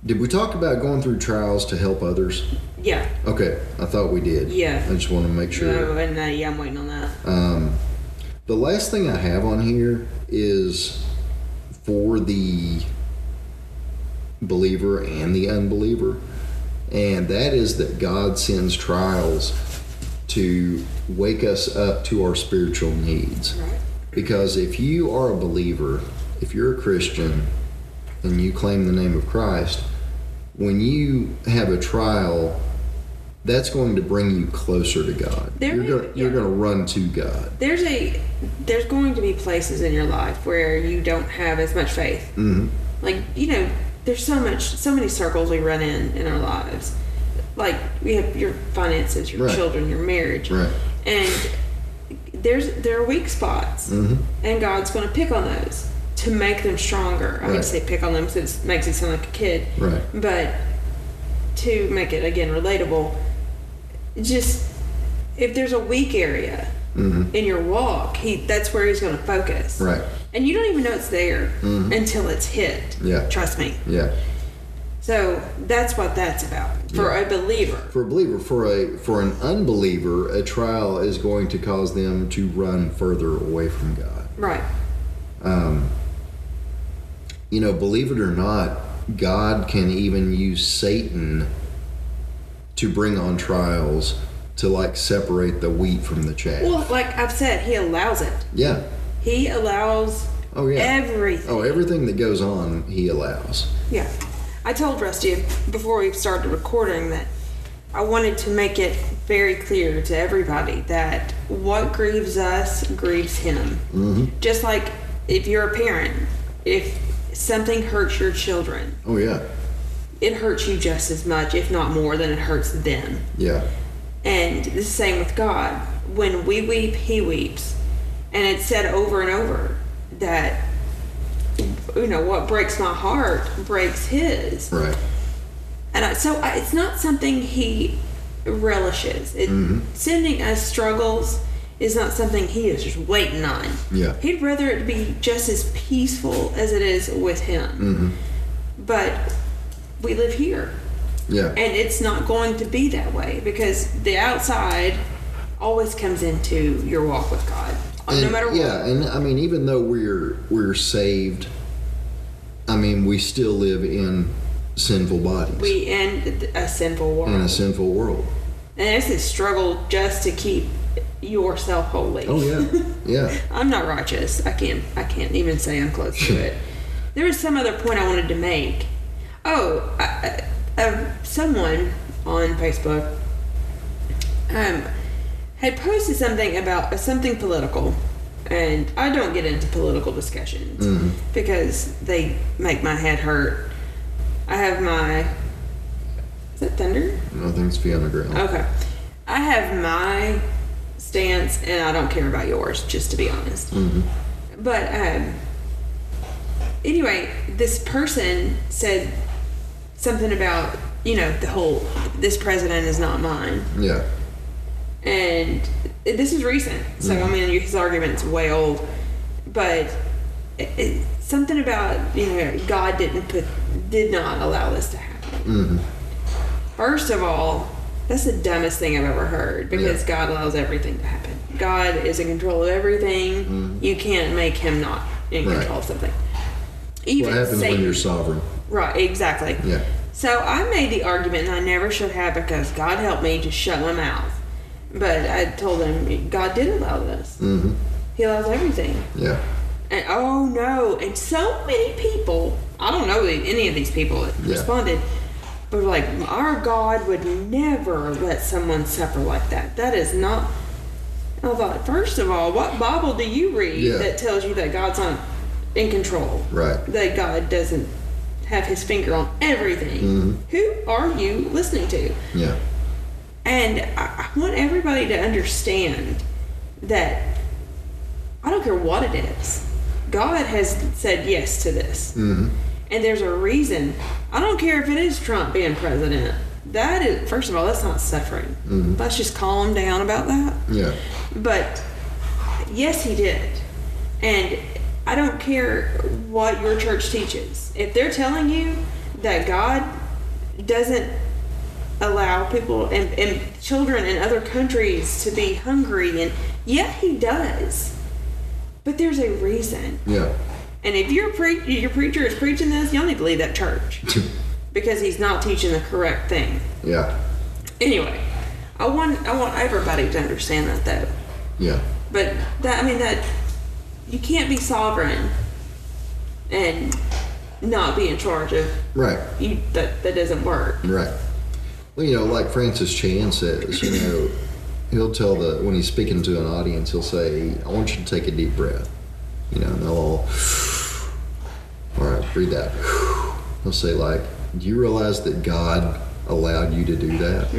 [SPEAKER 1] did we talk about going through trials to help others?
[SPEAKER 2] Yeah.
[SPEAKER 1] Okay, I thought we did.
[SPEAKER 2] Yeah.
[SPEAKER 1] I just want to make sure.
[SPEAKER 2] No, and uh, yeah, I'm waiting on that.
[SPEAKER 1] Um the last thing I have on here is for the believer and the unbeliever. And that is that God sends trials to wake us up to our spiritual needs.
[SPEAKER 2] Right.
[SPEAKER 1] Because if you are a believer, if you're a Christian, and you claim the name of Christ, when you have a trial that's going to bring you closer to God.
[SPEAKER 2] There
[SPEAKER 1] you're
[SPEAKER 2] may-
[SPEAKER 1] gonna, you're
[SPEAKER 2] yeah.
[SPEAKER 1] going to run to God.
[SPEAKER 2] there's a there's going to be places in your life where you don't have as much faith. Mm-hmm. Like you know, there's so much so many circles we run in in our lives. Like we have your finances, your
[SPEAKER 1] Right.
[SPEAKER 2] children, your marriage,
[SPEAKER 1] Right.
[SPEAKER 2] and there's there are weak spots,
[SPEAKER 1] Mm-hmm.
[SPEAKER 2] and God's going to pick on those to make them stronger. I'm going
[SPEAKER 1] Right.
[SPEAKER 2] to say pick on them since it makes it sound like a kid,
[SPEAKER 1] Right.
[SPEAKER 2] but to make it again relatable, just if there's a weak area in your walk, he that's where he's going to focus.
[SPEAKER 1] Mm-hmm. Right. Mm-hmm.
[SPEAKER 2] And you don't even know it's there until it's hit.
[SPEAKER 1] Yeah.
[SPEAKER 2] Trust me.
[SPEAKER 1] Yeah.
[SPEAKER 2] So that's what that's about for a believer.
[SPEAKER 1] For a believer, for a for an unbeliever, a trial is going to cause them to run further away from God.
[SPEAKER 2] Right.
[SPEAKER 1] You know, believe it or not, God can even use Satan to bring on trials to like separate the wheat from the chaff.
[SPEAKER 2] Well, like I've said, he allows it.
[SPEAKER 1] yeah.
[SPEAKER 2] He allows
[SPEAKER 1] Oh yeah.
[SPEAKER 2] everything.
[SPEAKER 1] oh, everything that goes on, he allows.
[SPEAKER 2] Yeah. I told Rusty before we started recording that I wanted to make it very clear to everybody that what grieves us grieves him. Just like if you're a parent, if something hurts your children,
[SPEAKER 1] Oh yeah.
[SPEAKER 2] it hurts you just as much, if not more, than it hurts them.
[SPEAKER 1] Yeah.
[SPEAKER 2] And the same with God. When we weep, He weeps. And it's said over and over that, you know, what breaks my heart breaks His.
[SPEAKER 1] Right.
[SPEAKER 2] And I, so I, it's not something He relishes. It, Sending us struggles is not something He is just waiting on.
[SPEAKER 1] Yeah.
[SPEAKER 2] He'd rather it be just as peaceful as it is with Him.
[SPEAKER 1] Mm. Mm-hmm,
[SPEAKER 2] But we live here.
[SPEAKER 1] Yeah.
[SPEAKER 2] And it's not going to be that way because the outside always comes into your walk with God. no
[SPEAKER 1] And-
[SPEAKER 2] matter what.
[SPEAKER 1] Yeah, and I mean, even though we're we're saved, I mean, we still live in sinful bodies
[SPEAKER 2] We end a sinful world.
[SPEAKER 1] in a sinful world.
[SPEAKER 2] And it's a struggle just to keep yourself holy.
[SPEAKER 1] Oh yeah, yeah,
[SPEAKER 2] I'm not righteous. I can't I can't even say I'm close to it. There was some other point I wanted to make. Oh, I, I, uh, someone on Facebook um, had posted something about uh, something political, and I don't get into political discussions because they make my head hurt. I have my is that thunder?
[SPEAKER 1] nothing's feet on the ground.
[SPEAKER 2] Okay. I have my stance, and I don't care about yours, just to be honest. But um, anyway, this person said something about, you know, the whole this president is not mine.
[SPEAKER 1] Yeah,
[SPEAKER 2] And this is recent, so
[SPEAKER 1] Mm-hmm.
[SPEAKER 2] I mean, his argument's way old. But it, it, something about, you know, God didn't put, did not allow this to happen.
[SPEAKER 1] Mm-hmm.
[SPEAKER 2] First of all, that's the dumbest thing I've ever heard because
[SPEAKER 1] Yeah.
[SPEAKER 2] God allows everything to happen. God is in control of everything. You can't make him not in
[SPEAKER 1] Mm-hmm. Right.
[SPEAKER 2] control of something.
[SPEAKER 1] what
[SPEAKER 2] Even
[SPEAKER 1] happens when
[SPEAKER 2] Satan.
[SPEAKER 1] you're sovereign?
[SPEAKER 2] right, exactly.
[SPEAKER 1] Yeah,
[SPEAKER 2] So I made the argument, and I never should have because God helped me to shut my mouth. But I told him God did allow this. Mm-hmm. He allows everything.
[SPEAKER 1] yeah,
[SPEAKER 2] And oh no, and so many people, I don't know any of these people that
[SPEAKER 1] Yeah.
[SPEAKER 2] responded, but were like, our God would never let someone suffer like that. That is not. I thought, first of all, what Bible do you read
[SPEAKER 1] Yeah.
[SPEAKER 2] that tells you that God's not in control?
[SPEAKER 1] Right.
[SPEAKER 2] That God doesn't have his finger on everything? Who are you listening to?
[SPEAKER 1] yeah,
[SPEAKER 2] And I I want everybody to understand that I don't care what it is, God has said yes to this. And there's a reason. I don't care if it is Trump being president. That is, first of all, that's not suffering. Let's just calm down about that.
[SPEAKER 1] yeah,
[SPEAKER 2] But yes, he did. And I don't care what your church teaches. If they're telling you that God doesn't allow people and, and children in other countries to be hungry, and yeah, he does. But there's a reason.
[SPEAKER 1] yeah,
[SPEAKER 2] And if your, pre- your preacher is preaching this, y'all need to leave that church because he's not teaching the correct thing.
[SPEAKER 1] yeah,
[SPEAKER 2] Anyway, I want, I want everybody to understand that though.
[SPEAKER 1] yeah,
[SPEAKER 2] But that I mean that you can't be sovereign and not be in charge of
[SPEAKER 1] right,
[SPEAKER 2] you. That that doesn't work.
[SPEAKER 1] right. Well, you know, like Francis Chan says, you know, he'll tell the when he's speaking to an audience, he'll say, "I want you to take a deep breath," you know, and they'll all, all right, breathe out. He'll say, like, "Do you realize that God allowed you to do that?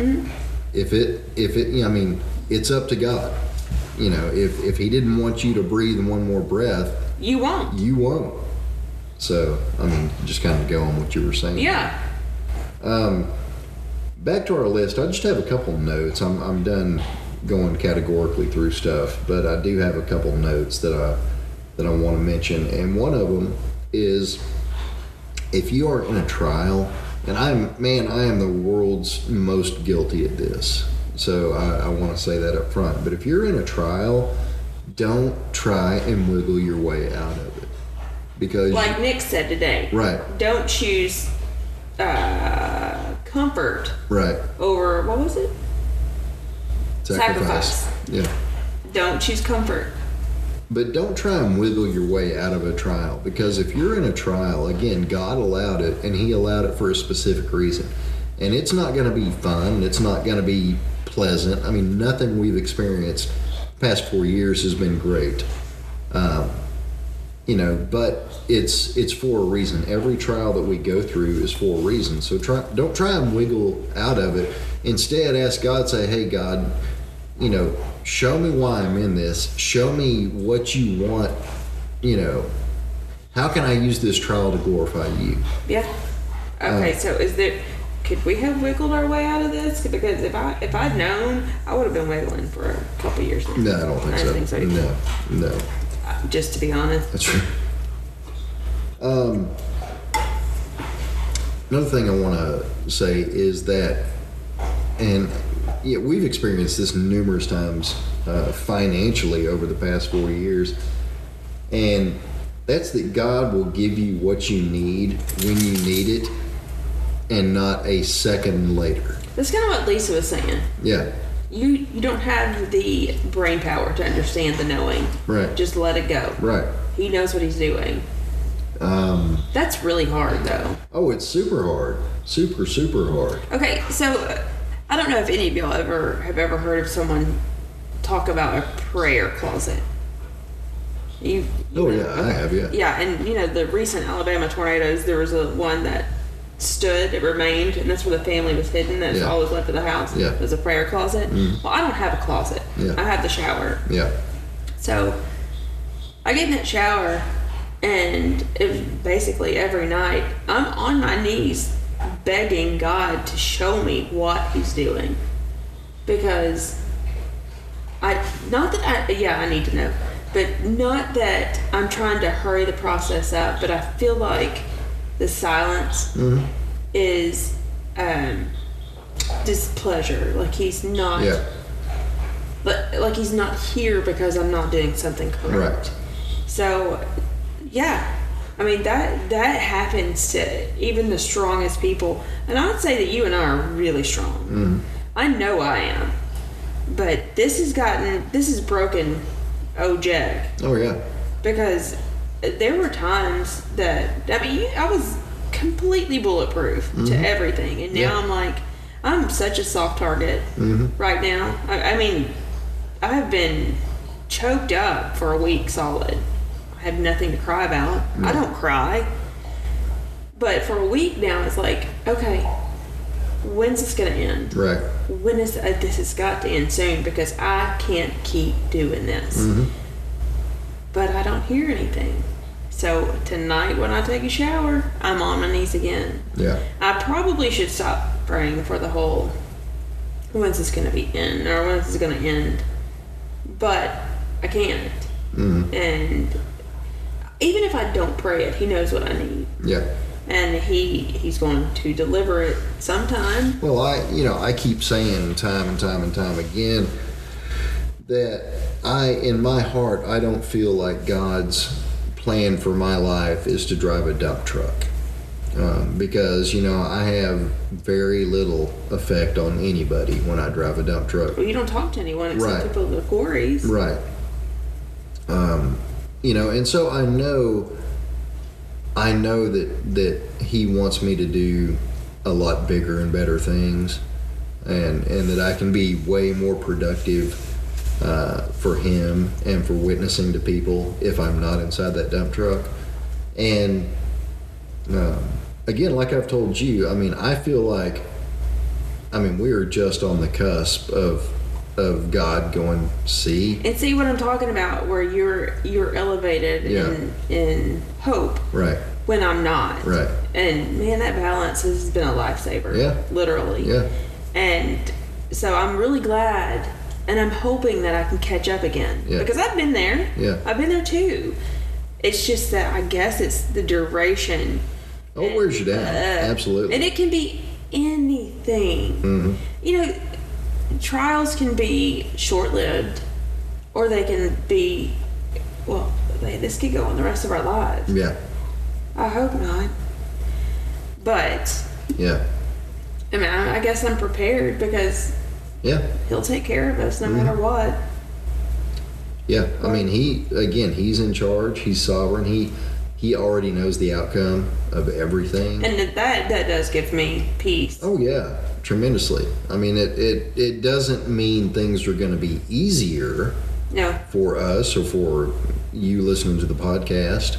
[SPEAKER 1] If it, if it, you know, I mean, it's up to God. You know, if if He didn't want you to breathe one more breath,
[SPEAKER 2] You won't.
[SPEAKER 1] you won't." So, I mean, just kind of go on what you were saying.
[SPEAKER 2] Yeah.
[SPEAKER 1] Back to our list, I just have a couple notes. I'm, I'm done going categorically through stuff, but I do have a couple notes that I that I want to mention, and one of them is if you are in a trial, and I'm man, I am the world's most guilty at this, so I, I want to say that up front. But if you're in a trial, don't try and wiggle your way out of it because
[SPEAKER 2] Like Nick said today.
[SPEAKER 1] right,
[SPEAKER 2] Don't choose uh, comfort
[SPEAKER 1] right,
[SPEAKER 2] over what was it? Sacrifice.
[SPEAKER 1] yeah.
[SPEAKER 2] Don't choose comfort.
[SPEAKER 1] But don't try and wiggle your way out of a trial because if you're in a trial, again, God allowed it and He allowed it for a specific reason. And it's not going to be fun. It's not going to be pleasant. I mean, nothing we've experienced past four years has been great. Um, you know, but it's it's for a reason. Every trial that we go through is for a reason. So try don't try and wiggle out of it. Instead, ask God. Say, Hey, God, you know, show me why I'm in this. Show me what you want. You know, how can I use this trial to glorify you?
[SPEAKER 2] Yeah.
[SPEAKER 1] Oh.
[SPEAKER 2] Okay, so is there could we have wiggled our way out of this? Because if I if I'd known, I would have been wiggling for a couple years now.
[SPEAKER 1] No, I don't think
[SPEAKER 2] I
[SPEAKER 1] so.
[SPEAKER 2] don't think so either. Uh,
[SPEAKER 1] no, no,
[SPEAKER 2] Just to be honest.
[SPEAKER 1] that's true. Um, another thing I want to say is that, and yeah, we've experienced this numerous times uh, financially over the past four years, and that's that God will give you what you need when you need it, and not a second later.
[SPEAKER 2] That's kind of what Lisa was saying.
[SPEAKER 1] Yeah,
[SPEAKER 2] You you don't have the brain power to understand the knowing.
[SPEAKER 1] Right.
[SPEAKER 2] Just let it go.
[SPEAKER 1] right.
[SPEAKER 2] He knows what he's doing. Um. That's really hard though.
[SPEAKER 1] Oh, it's super hard, super super hard.
[SPEAKER 2] Okay, so uh, I don't know if any of y'all ever have ever heard of someone talk about a prayer closet. You, you
[SPEAKER 1] Oh
[SPEAKER 2] know,
[SPEAKER 1] yeah, I have yeah.
[SPEAKER 2] yeah, and you know the recent Alabama tornadoes, there was a one that stood, it remained, and that's where the family was hidden. That's
[SPEAKER 1] Yeah.
[SPEAKER 2] all was left of the house.
[SPEAKER 1] Yeah. Mm-hmm.
[SPEAKER 2] was a prayer closet. Well, I don't have a closet.
[SPEAKER 1] Yeah.
[SPEAKER 2] I have the shower.
[SPEAKER 1] Yeah.
[SPEAKER 2] So I get in that shower, and it, basically every night I'm on my knees begging God to show me what He's doing because I not that I yeah I need to know, but not that I'm trying to hurry the process up, but I feel like the silence is um, displeasure. Like He's not
[SPEAKER 1] Yeah.
[SPEAKER 2] but like he's not here because I'm not doing something correct.
[SPEAKER 1] Right.
[SPEAKER 2] So, yeah, I mean that that happens to even the strongest people, and I would say that you and I are really strong. I know I am, but this has gotten this has broken OJ
[SPEAKER 1] Oh yeah.
[SPEAKER 2] because there were times that I mean you- I was completely bulletproof to everything, and now
[SPEAKER 1] Yeah.
[SPEAKER 2] I'm like I'm such a soft target right now. I, I mean, I have been choked up for a week solid. I have nothing to cry about. I don't cry, but for a week now, it's like okay, when's this gonna end?
[SPEAKER 1] Right.
[SPEAKER 2] when is uh, this has got to end soon because I can't keep doing this. But I don't hear anything. So tonight when I take a shower, I'm on my knees again.
[SPEAKER 1] Yeah.
[SPEAKER 2] I probably should stop praying for the whole when's this gonna be end or when's this gonna end. But I can't.
[SPEAKER 1] Mm-hmm.
[SPEAKER 2] And even if I don't pray it, he knows what I need.
[SPEAKER 1] Yeah.
[SPEAKER 2] And he he's going to deliver it sometime.
[SPEAKER 1] Well, I you know I keep saying time and time and time again that I in my heart I don't feel like God's plan for my life is to drive a dump truck um, because you know I have very little effect on anybody when I drive a dump truck.
[SPEAKER 2] Well, you don't talk to anyone except
[SPEAKER 1] Right.
[SPEAKER 2] people at the quarries.
[SPEAKER 1] Right. Um, you know, and so I know, I know that that he wants me to do a lot bigger and better things, and and that I can be way more productive uh, for him and for witnessing to people if I'm not inside that dump truck. And um, again, like I've told you, I mean, I feel like, I mean, we are just on the cusp of of God going see
[SPEAKER 2] and see what I'm talking about, where you're you're elevated
[SPEAKER 1] Yeah.
[SPEAKER 2] in in hope
[SPEAKER 1] right,
[SPEAKER 2] when I'm not.
[SPEAKER 1] right,
[SPEAKER 2] And man, that balance has been a lifesaver.
[SPEAKER 1] Yeah.
[SPEAKER 2] Literally.
[SPEAKER 1] yeah,
[SPEAKER 2] And so I'm really glad and I'm hoping that I can catch up again.
[SPEAKER 1] Yeah.
[SPEAKER 2] Because I've been there.
[SPEAKER 1] Yeah.
[SPEAKER 2] I've been there too. It's just that I guess it's the duration.
[SPEAKER 1] Oh, it wears you down. Absolutely. Mm-hmm.
[SPEAKER 2] Uh, And it can be anything. You know, trials can be short lived or they can be, well, they, this could go on the rest of our lives.
[SPEAKER 1] yeah,
[SPEAKER 2] I hope not. But,
[SPEAKER 1] yeah,
[SPEAKER 2] I mean, I, I guess I'm prepared because
[SPEAKER 1] yeah.
[SPEAKER 2] He'll take care of us no matter what.
[SPEAKER 1] Yeah, I mean, he again, he's in charge. He's sovereign. He he already knows the outcome of everything.
[SPEAKER 2] And that that does give me peace.
[SPEAKER 1] oh yeah, tremendously. I mean, it it it doesn't mean things are going to be easier
[SPEAKER 2] No,
[SPEAKER 1] for us or for you listening to the podcast.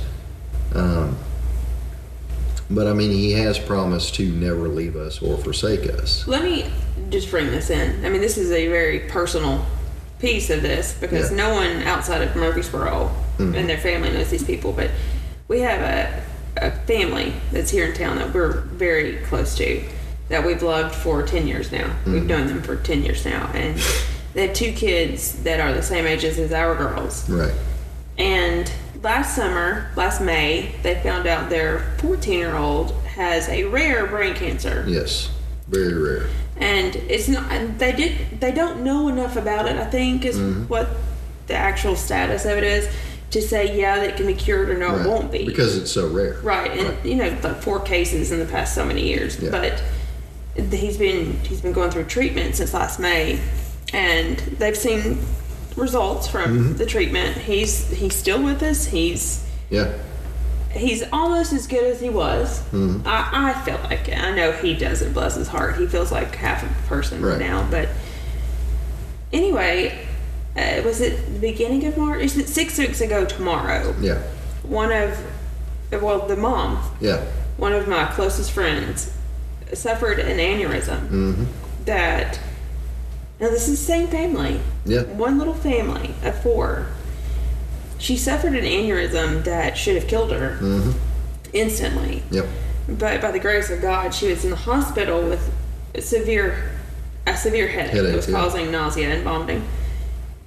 [SPEAKER 1] Um, but I mean, he has promised to never leave us or forsake us.
[SPEAKER 2] let me just bring this in. I mean, this is a very personal piece of this because
[SPEAKER 1] Yeah.
[SPEAKER 2] no one outside of Murfreesboro and their family knows these people. But we have a, a family that's here in town that we're very close to, that we've loved for 10 years now. We've known them for 10 years now. And they have two kids that are the same ages as our girls.
[SPEAKER 1] Right.
[SPEAKER 2] And last summer, last May, they found out their 14 year old has a rare brain cancer.
[SPEAKER 1] Yes. Very rare.
[SPEAKER 2] And it's not, and they did, they don't know enough about it, I think, is
[SPEAKER 1] Mm-hmm.
[SPEAKER 2] what the actual status of it is to say, yeah, that it can be cured or no,
[SPEAKER 1] Right.
[SPEAKER 2] it won't be.
[SPEAKER 1] because it's so rare.
[SPEAKER 2] Right, and you know, like four cases in the past so many years.
[SPEAKER 1] Yeah.
[SPEAKER 2] But he's been he's been going through treatment since last May, and they've seen results from
[SPEAKER 1] Mm-hmm.
[SPEAKER 2] the treatment. He's he's still with us. He's
[SPEAKER 1] Yeah.
[SPEAKER 2] he's almost as good as he was. I, I feel like it. I know he doesn't. Bless his heart, he feels like half a person
[SPEAKER 1] Right.
[SPEAKER 2] now. But anyway, uh, was it the beginning of March? Is it six weeks ago tomorrow?
[SPEAKER 1] Yeah.
[SPEAKER 2] One of well, the mom
[SPEAKER 1] Yeah.
[SPEAKER 2] one of my closest friends suffered an aneurysm
[SPEAKER 1] Mm-hmm.
[SPEAKER 2] that now this is the same family
[SPEAKER 1] Yeah.
[SPEAKER 2] one little family of four she suffered an aneurysm that should have killed her instantly
[SPEAKER 1] Mm-hmm. Yep.
[SPEAKER 2] but by the grace of god she was in the hospital with severe a severe headache that
[SPEAKER 1] Headache,
[SPEAKER 2] was
[SPEAKER 1] yeah.
[SPEAKER 2] causing nausea and vomiting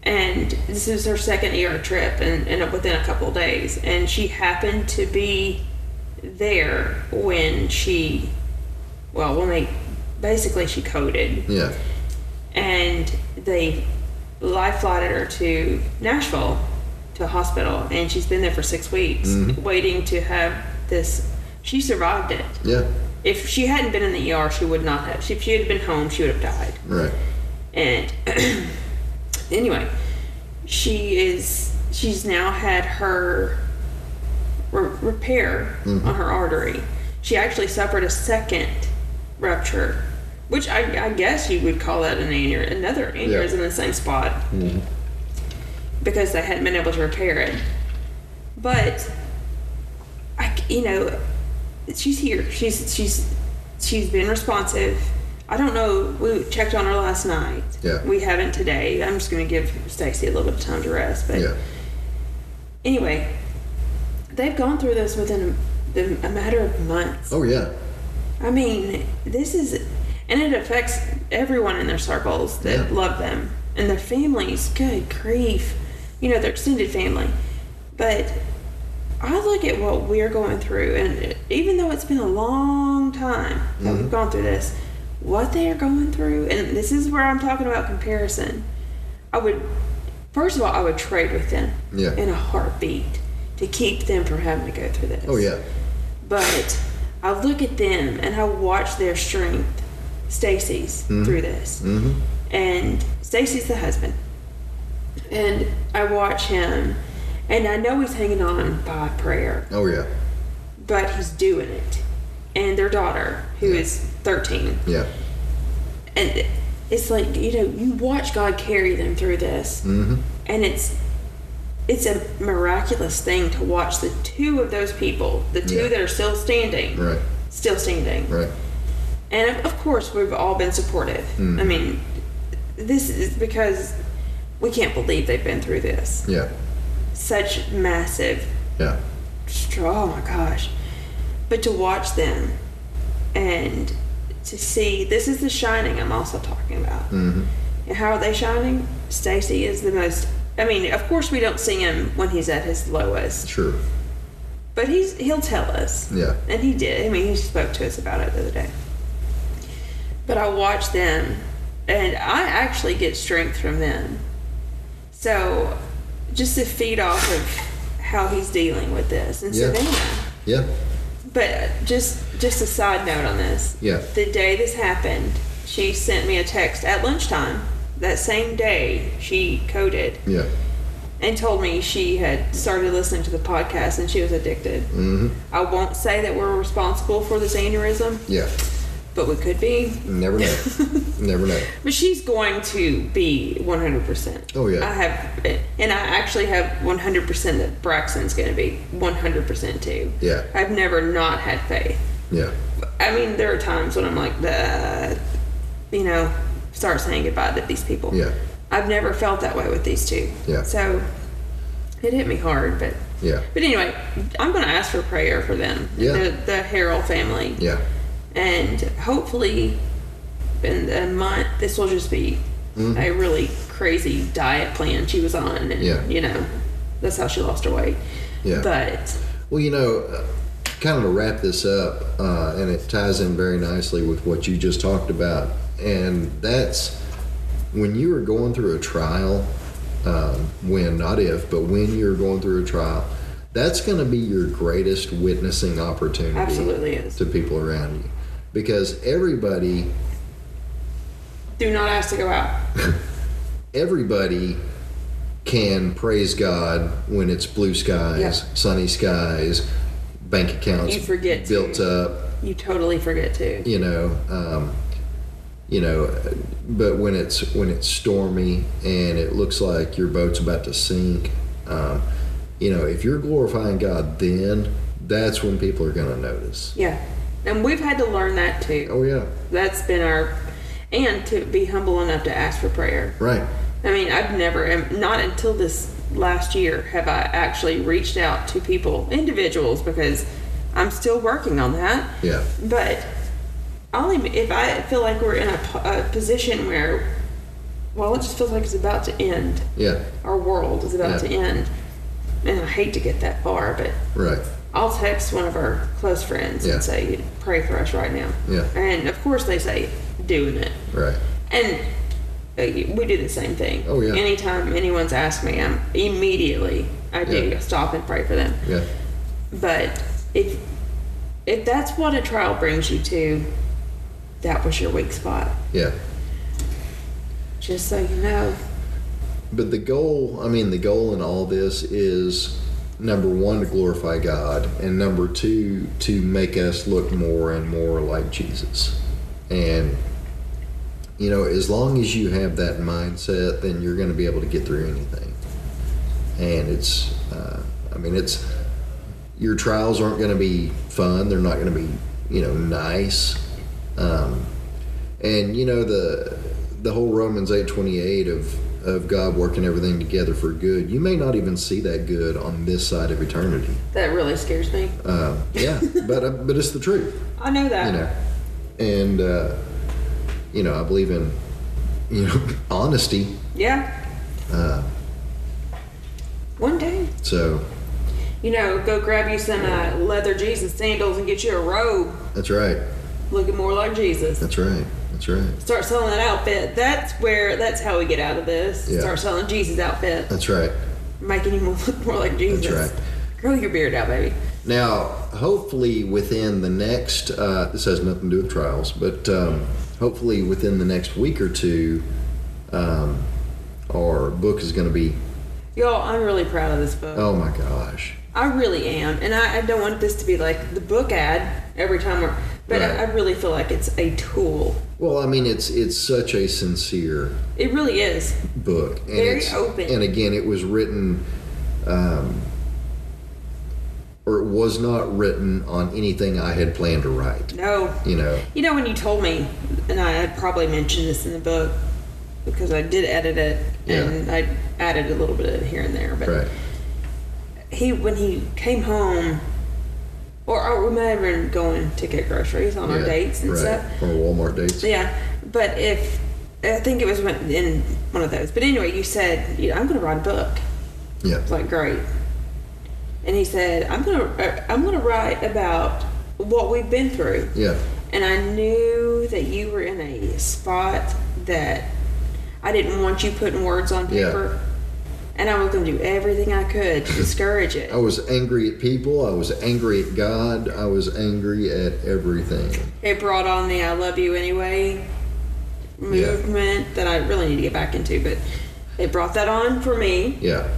[SPEAKER 2] and this is her second ER trip and, and within a couple of days and she happened to be there when she well when they basically she coded
[SPEAKER 1] Yeah.
[SPEAKER 2] and they life flighted her to Nashville to a hospital and she's been there for six weeks
[SPEAKER 1] Mm-hmm.
[SPEAKER 2] waiting to have this she survived it
[SPEAKER 1] Yeah.
[SPEAKER 2] if she hadn't been in the ER she would not have if she had been home she would have died
[SPEAKER 1] Right.
[SPEAKER 2] and anyway she is she's now had her re- repair on her artery she actually suffered a second rupture which i, I guess you would call that an aneur- another aneurysm in the same spot because they hadn't been able to repair it but I, c- you know she's here she's she's she's been responsive i don't know we checked on her last night
[SPEAKER 1] Yeah.
[SPEAKER 2] we haven't today i'm just going to give stacy a little bit of time to rest but
[SPEAKER 1] Yeah.
[SPEAKER 2] anyway they've gone through this within a, the- a matter of months
[SPEAKER 1] Oh yeah.
[SPEAKER 2] i mean this is and it affects everyone in their circles that
[SPEAKER 1] Yeah.
[SPEAKER 2] love them and their families good grief you know their extended family but I look at what we're going through, and even though it's been a long time that
[SPEAKER 1] Mm-hmm.
[SPEAKER 2] we've gone through this, what they are going through, and this is where I'm talking about comparison. I would, first of all, I would trade with them
[SPEAKER 1] Yeah.
[SPEAKER 2] in a heartbeat to keep them from having to go through this.
[SPEAKER 1] Oh yeah.
[SPEAKER 2] But I look at them and I watch their strength, Stacy's,
[SPEAKER 1] Mm-hmm.
[SPEAKER 2] through this. And Stacy's the husband. And I watch him, and I know he's hanging on by prayer,
[SPEAKER 1] Oh yeah.
[SPEAKER 2] but he's doing it. And their daughter, who
[SPEAKER 1] Yeah.
[SPEAKER 2] is 13,
[SPEAKER 1] Yeah.
[SPEAKER 2] and it's like you know you watch God carry them through this,
[SPEAKER 1] Mm-hmm.
[SPEAKER 2] and it's it's a miraculous thing to watch the two of those people, the two
[SPEAKER 1] Yeah.
[SPEAKER 2] that are still standing,
[SPEAKER 1] Right.
[SPEAKER 2] still standing,
[SPEAKER 1] Right.
[SPEAKER 2] and of, of course we've all been supportive. I mean, this is because we can't believe they've been through this.
[SPEAKER 1] Yeah.
[SPEAKER 2] Such massive
[SPEAKER 1] Yeah.
[SPEAKER 2] straw. Oh my gosh! But to watch them and to see this is the shining I'm also talking about. Mm-hmm. And how are they shining? Stacy is the most. I mean, of course we don't see him when he's at his lowest,
[SPEAKER 1] Sure.
[SPEAKER 2] but he's he'll tell us.
[SPEAKER 1] Yeah.
[SPEAKER 2] And he did. I mean, he spoke to us about it the other day. But I watch them, and I actually get strength from them. So, just to feed off of how he's dealing with this in
[SPEAKER 1] Yeah.
[SPEAKER 2] Savannah.
[SPEAKER 1] Yeah.
[SPEAKER 2] But just just a side note on this.
[SPEAKER 1] Yeah.
[SPEAKER 2] The day this happened, she sent me a text at lunchtime. That same day, she coded
[SPEAKER 1] Yeah.
[SPEAKER 2] and told me she had started listening to the podcast and she was addicted.
[SPEAKER 1] Mm.
[SPEAKER 2] Mm-hmm. I won't say that we're responsible for this aneurysm,
[SPEAKER 1] Yeah.
[SPEAKER 2] but we could be.
[SPEAKER 1] Never know. Never know.
[SPEAKER 2] But she's going to be 100%.
[SPEAKER 1] Oh, yeah.
[SPEAKER 2] I have, and I actually have 100% that Braxton's going to be 100% too.
[SPEAKER 1] Yeah.
[SPEAKER 2] I've never not had faith.
[SPEAKER 1] Yeah.
[SPEAKER 2] I mean, there are times when I'm like, uh, you know, start saying goodbye to these people.
[SPEAKER 1] Yeah.
[SPEAKER 2] I've never felt that way with these two.
[SPEAKER 1] Yeah.
[SPEAKER 2] So it hit me hard, but.
[SPEAKER 1] Yeah.
[SPEAKER 2] But anyway, I'm going to ask for prayer for them,
[SPEAKER 1] Yeah.
[SPEAKER 2] the, the Harrell family,
[SPEAKER 1] Yeah.
[SPEAKER 2] and hopefully in a month this will just be
[SPEAKER 1] Mm-hmm.
[SPEAKER 2] a really crazy diet plan she was on, and
[SPEAKER 1] Yeah.
[SPEAKER 2] you know that's how she lost her weight.
[SPEAKER 1] Yeah.
[SPEAKER 2] But
[SPEAKER 1] Well, you know, uh, kind of to wrap this up, uh, and it ties in very nicely with what you just talked about, and that's when you are going through a trial, um, when, not if, but when you're going through a trial, that's going to be your greatest witnessing opportunity
[SPEAKER 2] absolutely is.
[SPEAKER 1] to people around you. Because everybody,
[SPEAKER 2] Do not ask to go out.
[SPEAKER 1] everybody can praise God when it's blue skies,
[SPEAKER 2] Yeah.
[SPEAKER 1] sunny skies, bank accounts
[SPEAKER 2] You forget to.
[SPEAKER 1] built up,
[SPEAKER 2] You totally forget to.
[SPEAKER 1] you know um, you know but when it's when it's stormy and it looks like your boat's about to sink um, you know if you're glorifying god then that's when people are going to notice
[SPEAKER 2] Yeah. And we've had to learn that too.
[SPEAKER 1] oh yeah
[SPEAKER 2] That's been our, and to be humble enough to ask for prayer.
[SPEAKER 1] right
[SPEAKER 2] I mean, I've never, am- not until this last year, have I actually reached out to people, individuals, because I'm still working on that.
[SPEAKER 1] yeah
[SPEAKER 2] But I'll even, if I feel like we're in a, po- a position where, well, it just feels like it's about to end.
[SPEAKER 1] yeah
[SPEAKER 2] Our world is about
[SPEAKER 1] Yeah.
[SPEAKER 2] to end. And I hate to get that far, but
[SPEAKER 1] right
[SPEAKER 2] I'll text one of our close friends
[SPEAKER 1] Yeah.
[SPEAKER 2] and say, "Pray for us right now."
[SPEAKER 1] Yeah.
[SPEAKER 2] And of course, they say, "Doing it,"
[SPEAKER 1] right
[SPEAKER 2] and uh, we do the same thing.
[SPEAKER 1] Oh, yeah.
[SPEAKER 2] Anytime anyone's asked me, I'm immediately I do
[SPEAKER 1] Yeah.
[SPEAKER 2] stop and pray for them.
[SPEAKER 1] yeah
[SPEAKER 2] But if if that's what a trial brings you to, that was your weak spot.
[SPEAKER 1] yeah
[SPEAKER 2] Just so you know.
[SPEAKER 1] but the goal i mean the goal in all this is number one to glorify god and number two to make us look more and more like jesus and you know as long as you have that mindset then you're going to be able to get through anything and it's uh, i mean it's your trials aren't going to be fun they're not going to be you know nice um, and you know the the whole Romans eight twenty eight of of God working everything together for good. You may not even see that good on this side of eternity.
[SPEAKER 2] That really scares me.
[SPEAKER 1] Uh, yeah, but uh, but it's the truth,
[SPEAKER 2] I know that.
[SPEAKER 1] you know. And uh, you know, I believe in you know honesty.
[SPEAKER 2] Yeah.
[SPEAKER 1] Uh,
[SPEAKER 2] One day.
[SPEAKER 1] so
[SPEAKER 2] You know, go grab you some uh, leather jeans and sandals and get you a robe
[SPEAKER 1] that's right.
[SPEAKER 2] looking more like Jesus.
[SPEAKER 1] That's right. That's right.
[SPEAKER 2] start selling that outfit. That's where that's how we get out of this.
[SPEAKER 1] Yeah.
[SPEAKER 2] Start selling Jesus outfit,
[SPEAKER 1] That's right.
[SPEAKER 2] making him look more like Jesus.
[SPEAKER 1] right.
[SPEAKER 2] Grow your beard out, baby.
[SPEAKER 1] Now, hopefully, within the next, uh, this has nothing to do with trials, but um, hopefully within the next week or two, um, our book is going to be,
[SPEAKER 2] Y'all, I'm really proud of this book.
[SPEAKER 1] oh my gosh.
[SPEAKER 2] I really am, and I, I don't want this to be like the book ad every time we're. But
[SPEAKER 1] Right.
[SPEAKER 2] I, I really feel like it's a tool.
[SPEAKER 1] Well, I mean, it's it's such a sincere
[SPEAKER 2] It really is.
[SPEAKER 1] book. And
[SPEAKER 2] Very
[SPEAKER 1] it's,
[SPEAKER 2] open.
[SPEAKER 1] And again, it was written, um, or it was not written on anything I had planned to write.
[SPEAKER 2] No.
[SPEAKER 1] You know,
[SPEAKER 2] You know, when you told me, and I had probably mentioned this in the book because I did edit it and I added a little bit of here and there, but
[SPEAKER 1] right?
[SPEAKER 2] he when he came home, or I remember him going to get groceries on our
[SPEAKER 1] Yeah,
[SPEAKER 2] dates and
[SPEAKER 1] right.
[SPEAKER 2] stuff.
[SPEAKER 1] Or Walmart dates.
[SPEAKER 2] Yeah, but if I think it was when- in one of those. But anyway, you said you know, I'm going to write a book.
[SPEAKER 1] Yeah.
[SPEAKER 2] It's like great, and he said I'm going to I'm going to write about what we've been through.
[SPEAKER 1] Yeah.
[SPEAKER 2] And I knew that you were in a spot that I didn't want you putting words on
[SPEAKER 1] Yeah.
[SPEAKER 2] paper. And I was going to do everything I could to discourage it.
[SPEAKER 1] I was angry at people. I was angry at God. I was angry at everything.
[SPEAKER 2] it brought on the I love you anyway movement that I really need to get back into, but it brought that on for me.
[SPEAKER 1] Yeah.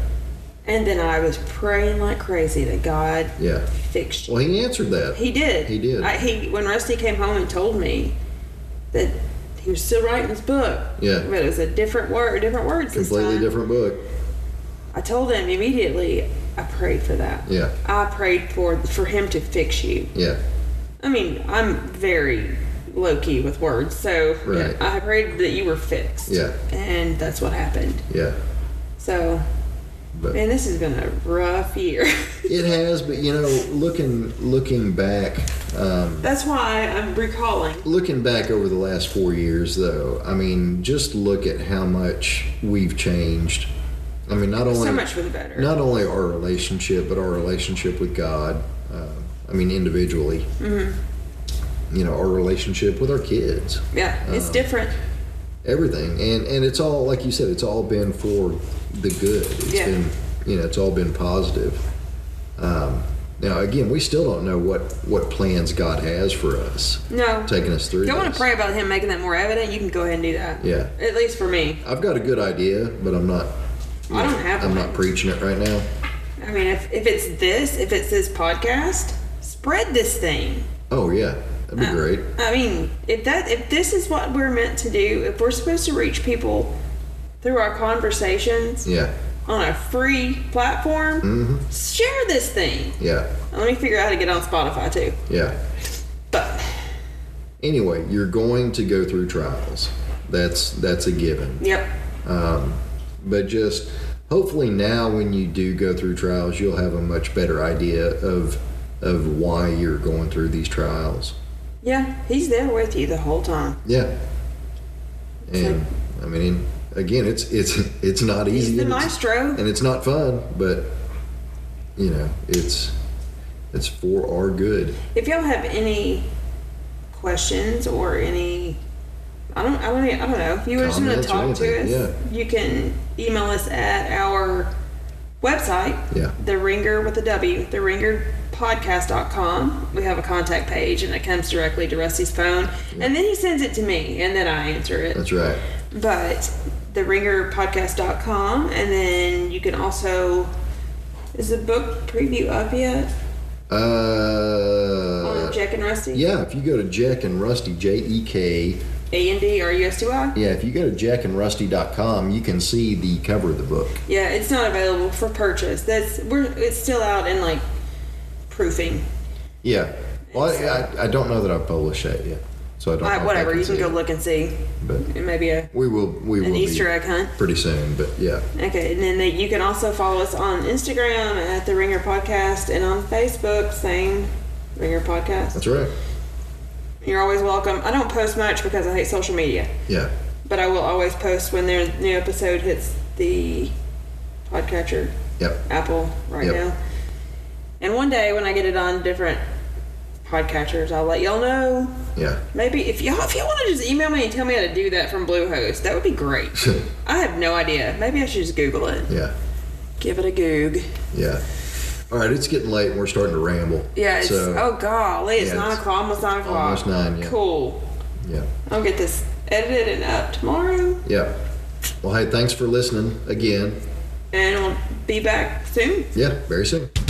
[SPEAKER 2] And then I was praying like crazy that God
[SPEAKER 1] Yeah.
[SPEAKER 2] fixed you.
[SPEAKER 1] Well, he answered that.
[SPEAKER 2] He did.
[SPEAKER 1] He did.
[SPEAKER 2] I, he when Rusty came home and told me that he was still writing his book.
[SPEAKER 1] Yeah.
[SPEAKER 2] But it was a different word, different words. this
[SPEAKER 1] Completely
[SPEAKER 2] time.
[SPEAKER 1] different book.
[SPEAKER 2] I told him immediately. I prayed for that.
[SPEAKER 1] Yeah.
[SPEAKER 2] I prayed for for him to fix you.
[SPEAKER 1] Yeah.
[SPEAKER 2] I mean, I'm very low key with words, so
[SPEAKER 1] Right.
[SPEAKER 2] I prayed that you were fixed.
[SPEAKER 1] Yeah.
[SPEAKER 2] And that's what happened.
[SPEAKER 1] Yeah.
[SPEAKER 2] So,
[SPEAKER 1] But
[SPEAKER 2] man, this has been a rough year.
[SPEAKER 1] it has. But you know, looking looking back, um,
[SPEAKER 2] that's why I'm recalling.
[SPEAKER 1] looking back over the last four years, though, I mean, just look at how much we've changed. I mean, not only
[SPEAKER 2] So much for the better.
[SPEAKER 1] not only our relationship, but our relationship with God. Uh, I mean, individually.
[SPEAKER 2] Mm-hmm.
[SPEAKER 1] You know, our relationship with our kids,
[SPEAKER 2] yeah, it's different.
[SPEAKER 1] everything, and and it's all like you said, it's all been for the good. It's
[SPEAKER 2] Yeah.
[SPEAKER 1] been, you know, it's all been positive. Um, now, again, we still don't know what what plans God has for us,
[SPEAKER 2] No.
[SPEAKER 1] taking us through.
[SPEAKER 2] If you want
[SPEAKER 1] this.
[SPEAKER 2] to pray about him making that more evident, you can go ahead and do that.
[SPEAKER 1] Yeah.
[SPEAKER 2] At least for me.
[SPEAKER 1] I've got a good idea, but I'm not.
[SPEAKER 2] I don't have
[SPEAKER 1] I'm
[SPEAKER 2] one.
[SPEAKER 1] not preaching it right now.
[SPEAKER 2] I mean, if, if it's this, if it's this podcast, spread this thing.
[SPEAKER 1] Oh yeah, that'd be great.
[SPEAKER 2] I mean, if that if this is what we're meant to do, if we're supposed to reach people through our conversations
[SPEAKER 1] Yeah,
[SPEAKER 2] on a free platform, share this thing.
[SPEAKER 1] yeah,
[SPEAKER 2] Let me figure out how to get on Spotify too.
[SPEAKER 1] yeah.
[SPEAKER 2] But
[SPEAKER 1] Anyway, you're going to go through trials. That's that's a given.
[SPEAKER 2] yep,
[SPEAKER 1] But just hopefully now, when you do go through trials, you'll have a much better idea of of why you're going through these trials.
[SPEAKER 2] yeah, he's there with you the whole time.
[SPEAKER 1] Yeah. And I mean, again, it's it's it's not easy.
[SPEAKER 2] He's the
[SPEAKER 1] and it's-
[SPEAKER 2] maestro.
[SPEAKER 1] and it's not fun, but you know, it's it's for our good.
[SPEAKER 2] If y'all have any questions or any, I don't, I don't, I don't know. If you just want to
[SPEAKER 1] Comments or
[SPEAKER 2] talk to us,
[SPEAKER 1] anything,
[SPEAKER 2] you can email us at our website.
[SPEAKER 1] Yeah.
[SPEAKER 2] the ringer with a w the ringer podcast.com we have a contact page and it comes directly to rusty's phone and then he sends it to me and then i answer it
[SPEAKER 1] That's right.
[SPEAKER 2] but the ringer podcast.com and then you can also is the book preview up yet
[SPEAKER 1] Uh
[SPEAKER 2] on jack and rusty
[SPEAKER 1] yeah, if you go to Jack and Rusty J E K,
[SPEAKER 2] a and d or usty
[SPEAKER 1] yeah, if you go to jackandrusty.com, you can see the cover of the book.
[SPEAKER 2] yeah it's not available for purchase that's we're it's still out in like proofing
[SPEAKER 1] Yeah. Well, I, I, I don't know that I've published that yet, so Oh, I don't. know
[SPEAKER 2] like
[SPEAKER 1] if I
[SPEAKER 2] whatever
[SPEAKER 1] can
[SPEAKER 2] you can
[SPEAKER 1] see
[SPEAKER 2] go
[SPEAKER 1] it,
[SPEAKER 2] look and see
[SPEAKER 1] But
[SPEAKER 2] maybe a
[SPEAKER 1] we will. We will
[SPEAKER 2] an
[SPEAKER 1] be
[SPEAKER 2] easter egg hunt
[SPEAKER 1] pretty soon. But yeah,
[SPEAKER 2] Okay, and then they, you can also follow us on Instagram at the Ringer Podcast and on Facebook, same Ringer Podcast.
[SPEAKER 1] that's right.
[SPEAKER 2] You're always welcome. I don't post much because I hate social media,
[SPEAKER 1] Yeah,
[SPEAKER 2] but I will always post when their new episode hits the podcatcher,
[SPEAKER 1] yep,
[SPEAKER 2] Apple, right
[SPEAKER 1] Yep.
[SPEAKER 2] now. And one day when I get it on different podcatchers, I'll let y'all know.
[SPEAKER 1] yeah.
[SPEAKER 2] Maybe if y'all if y'all want to just email me and tell me how to do that from Bluehost, that would be great. I have no idea. Maybe I should just Google it.
[SPEAKER 1] yeah.
[SPEAKER 2] Give it a goog.
[SPEAKER 1] Yeah. All right, it's getting late and we're starting to ramble.
[SPEAKER 2] Yeah, it's,
[SPEAKER 1] So,
[SPEAKER 2] oh golly, it's
[SPEAKER 1] yeah,
[SPEAKER 2] nine
[SPEAKER 1] it's
[SPEAKER 2] o'clock, almost nine o'clock.
[SPEAKER 1] almost nine, yeah.
[SPEAKER 2] Cool.
[SPEAKER 1] Yeah.
[SPEAKER 2] I'll get this edited and up tomorrow,
[SPEAKER 1] Yeah. Well, hey, thanks for listening again.
[SPEAKER 2] and we'll be back soon.
[SPEAKER 1] Yeah, very soon.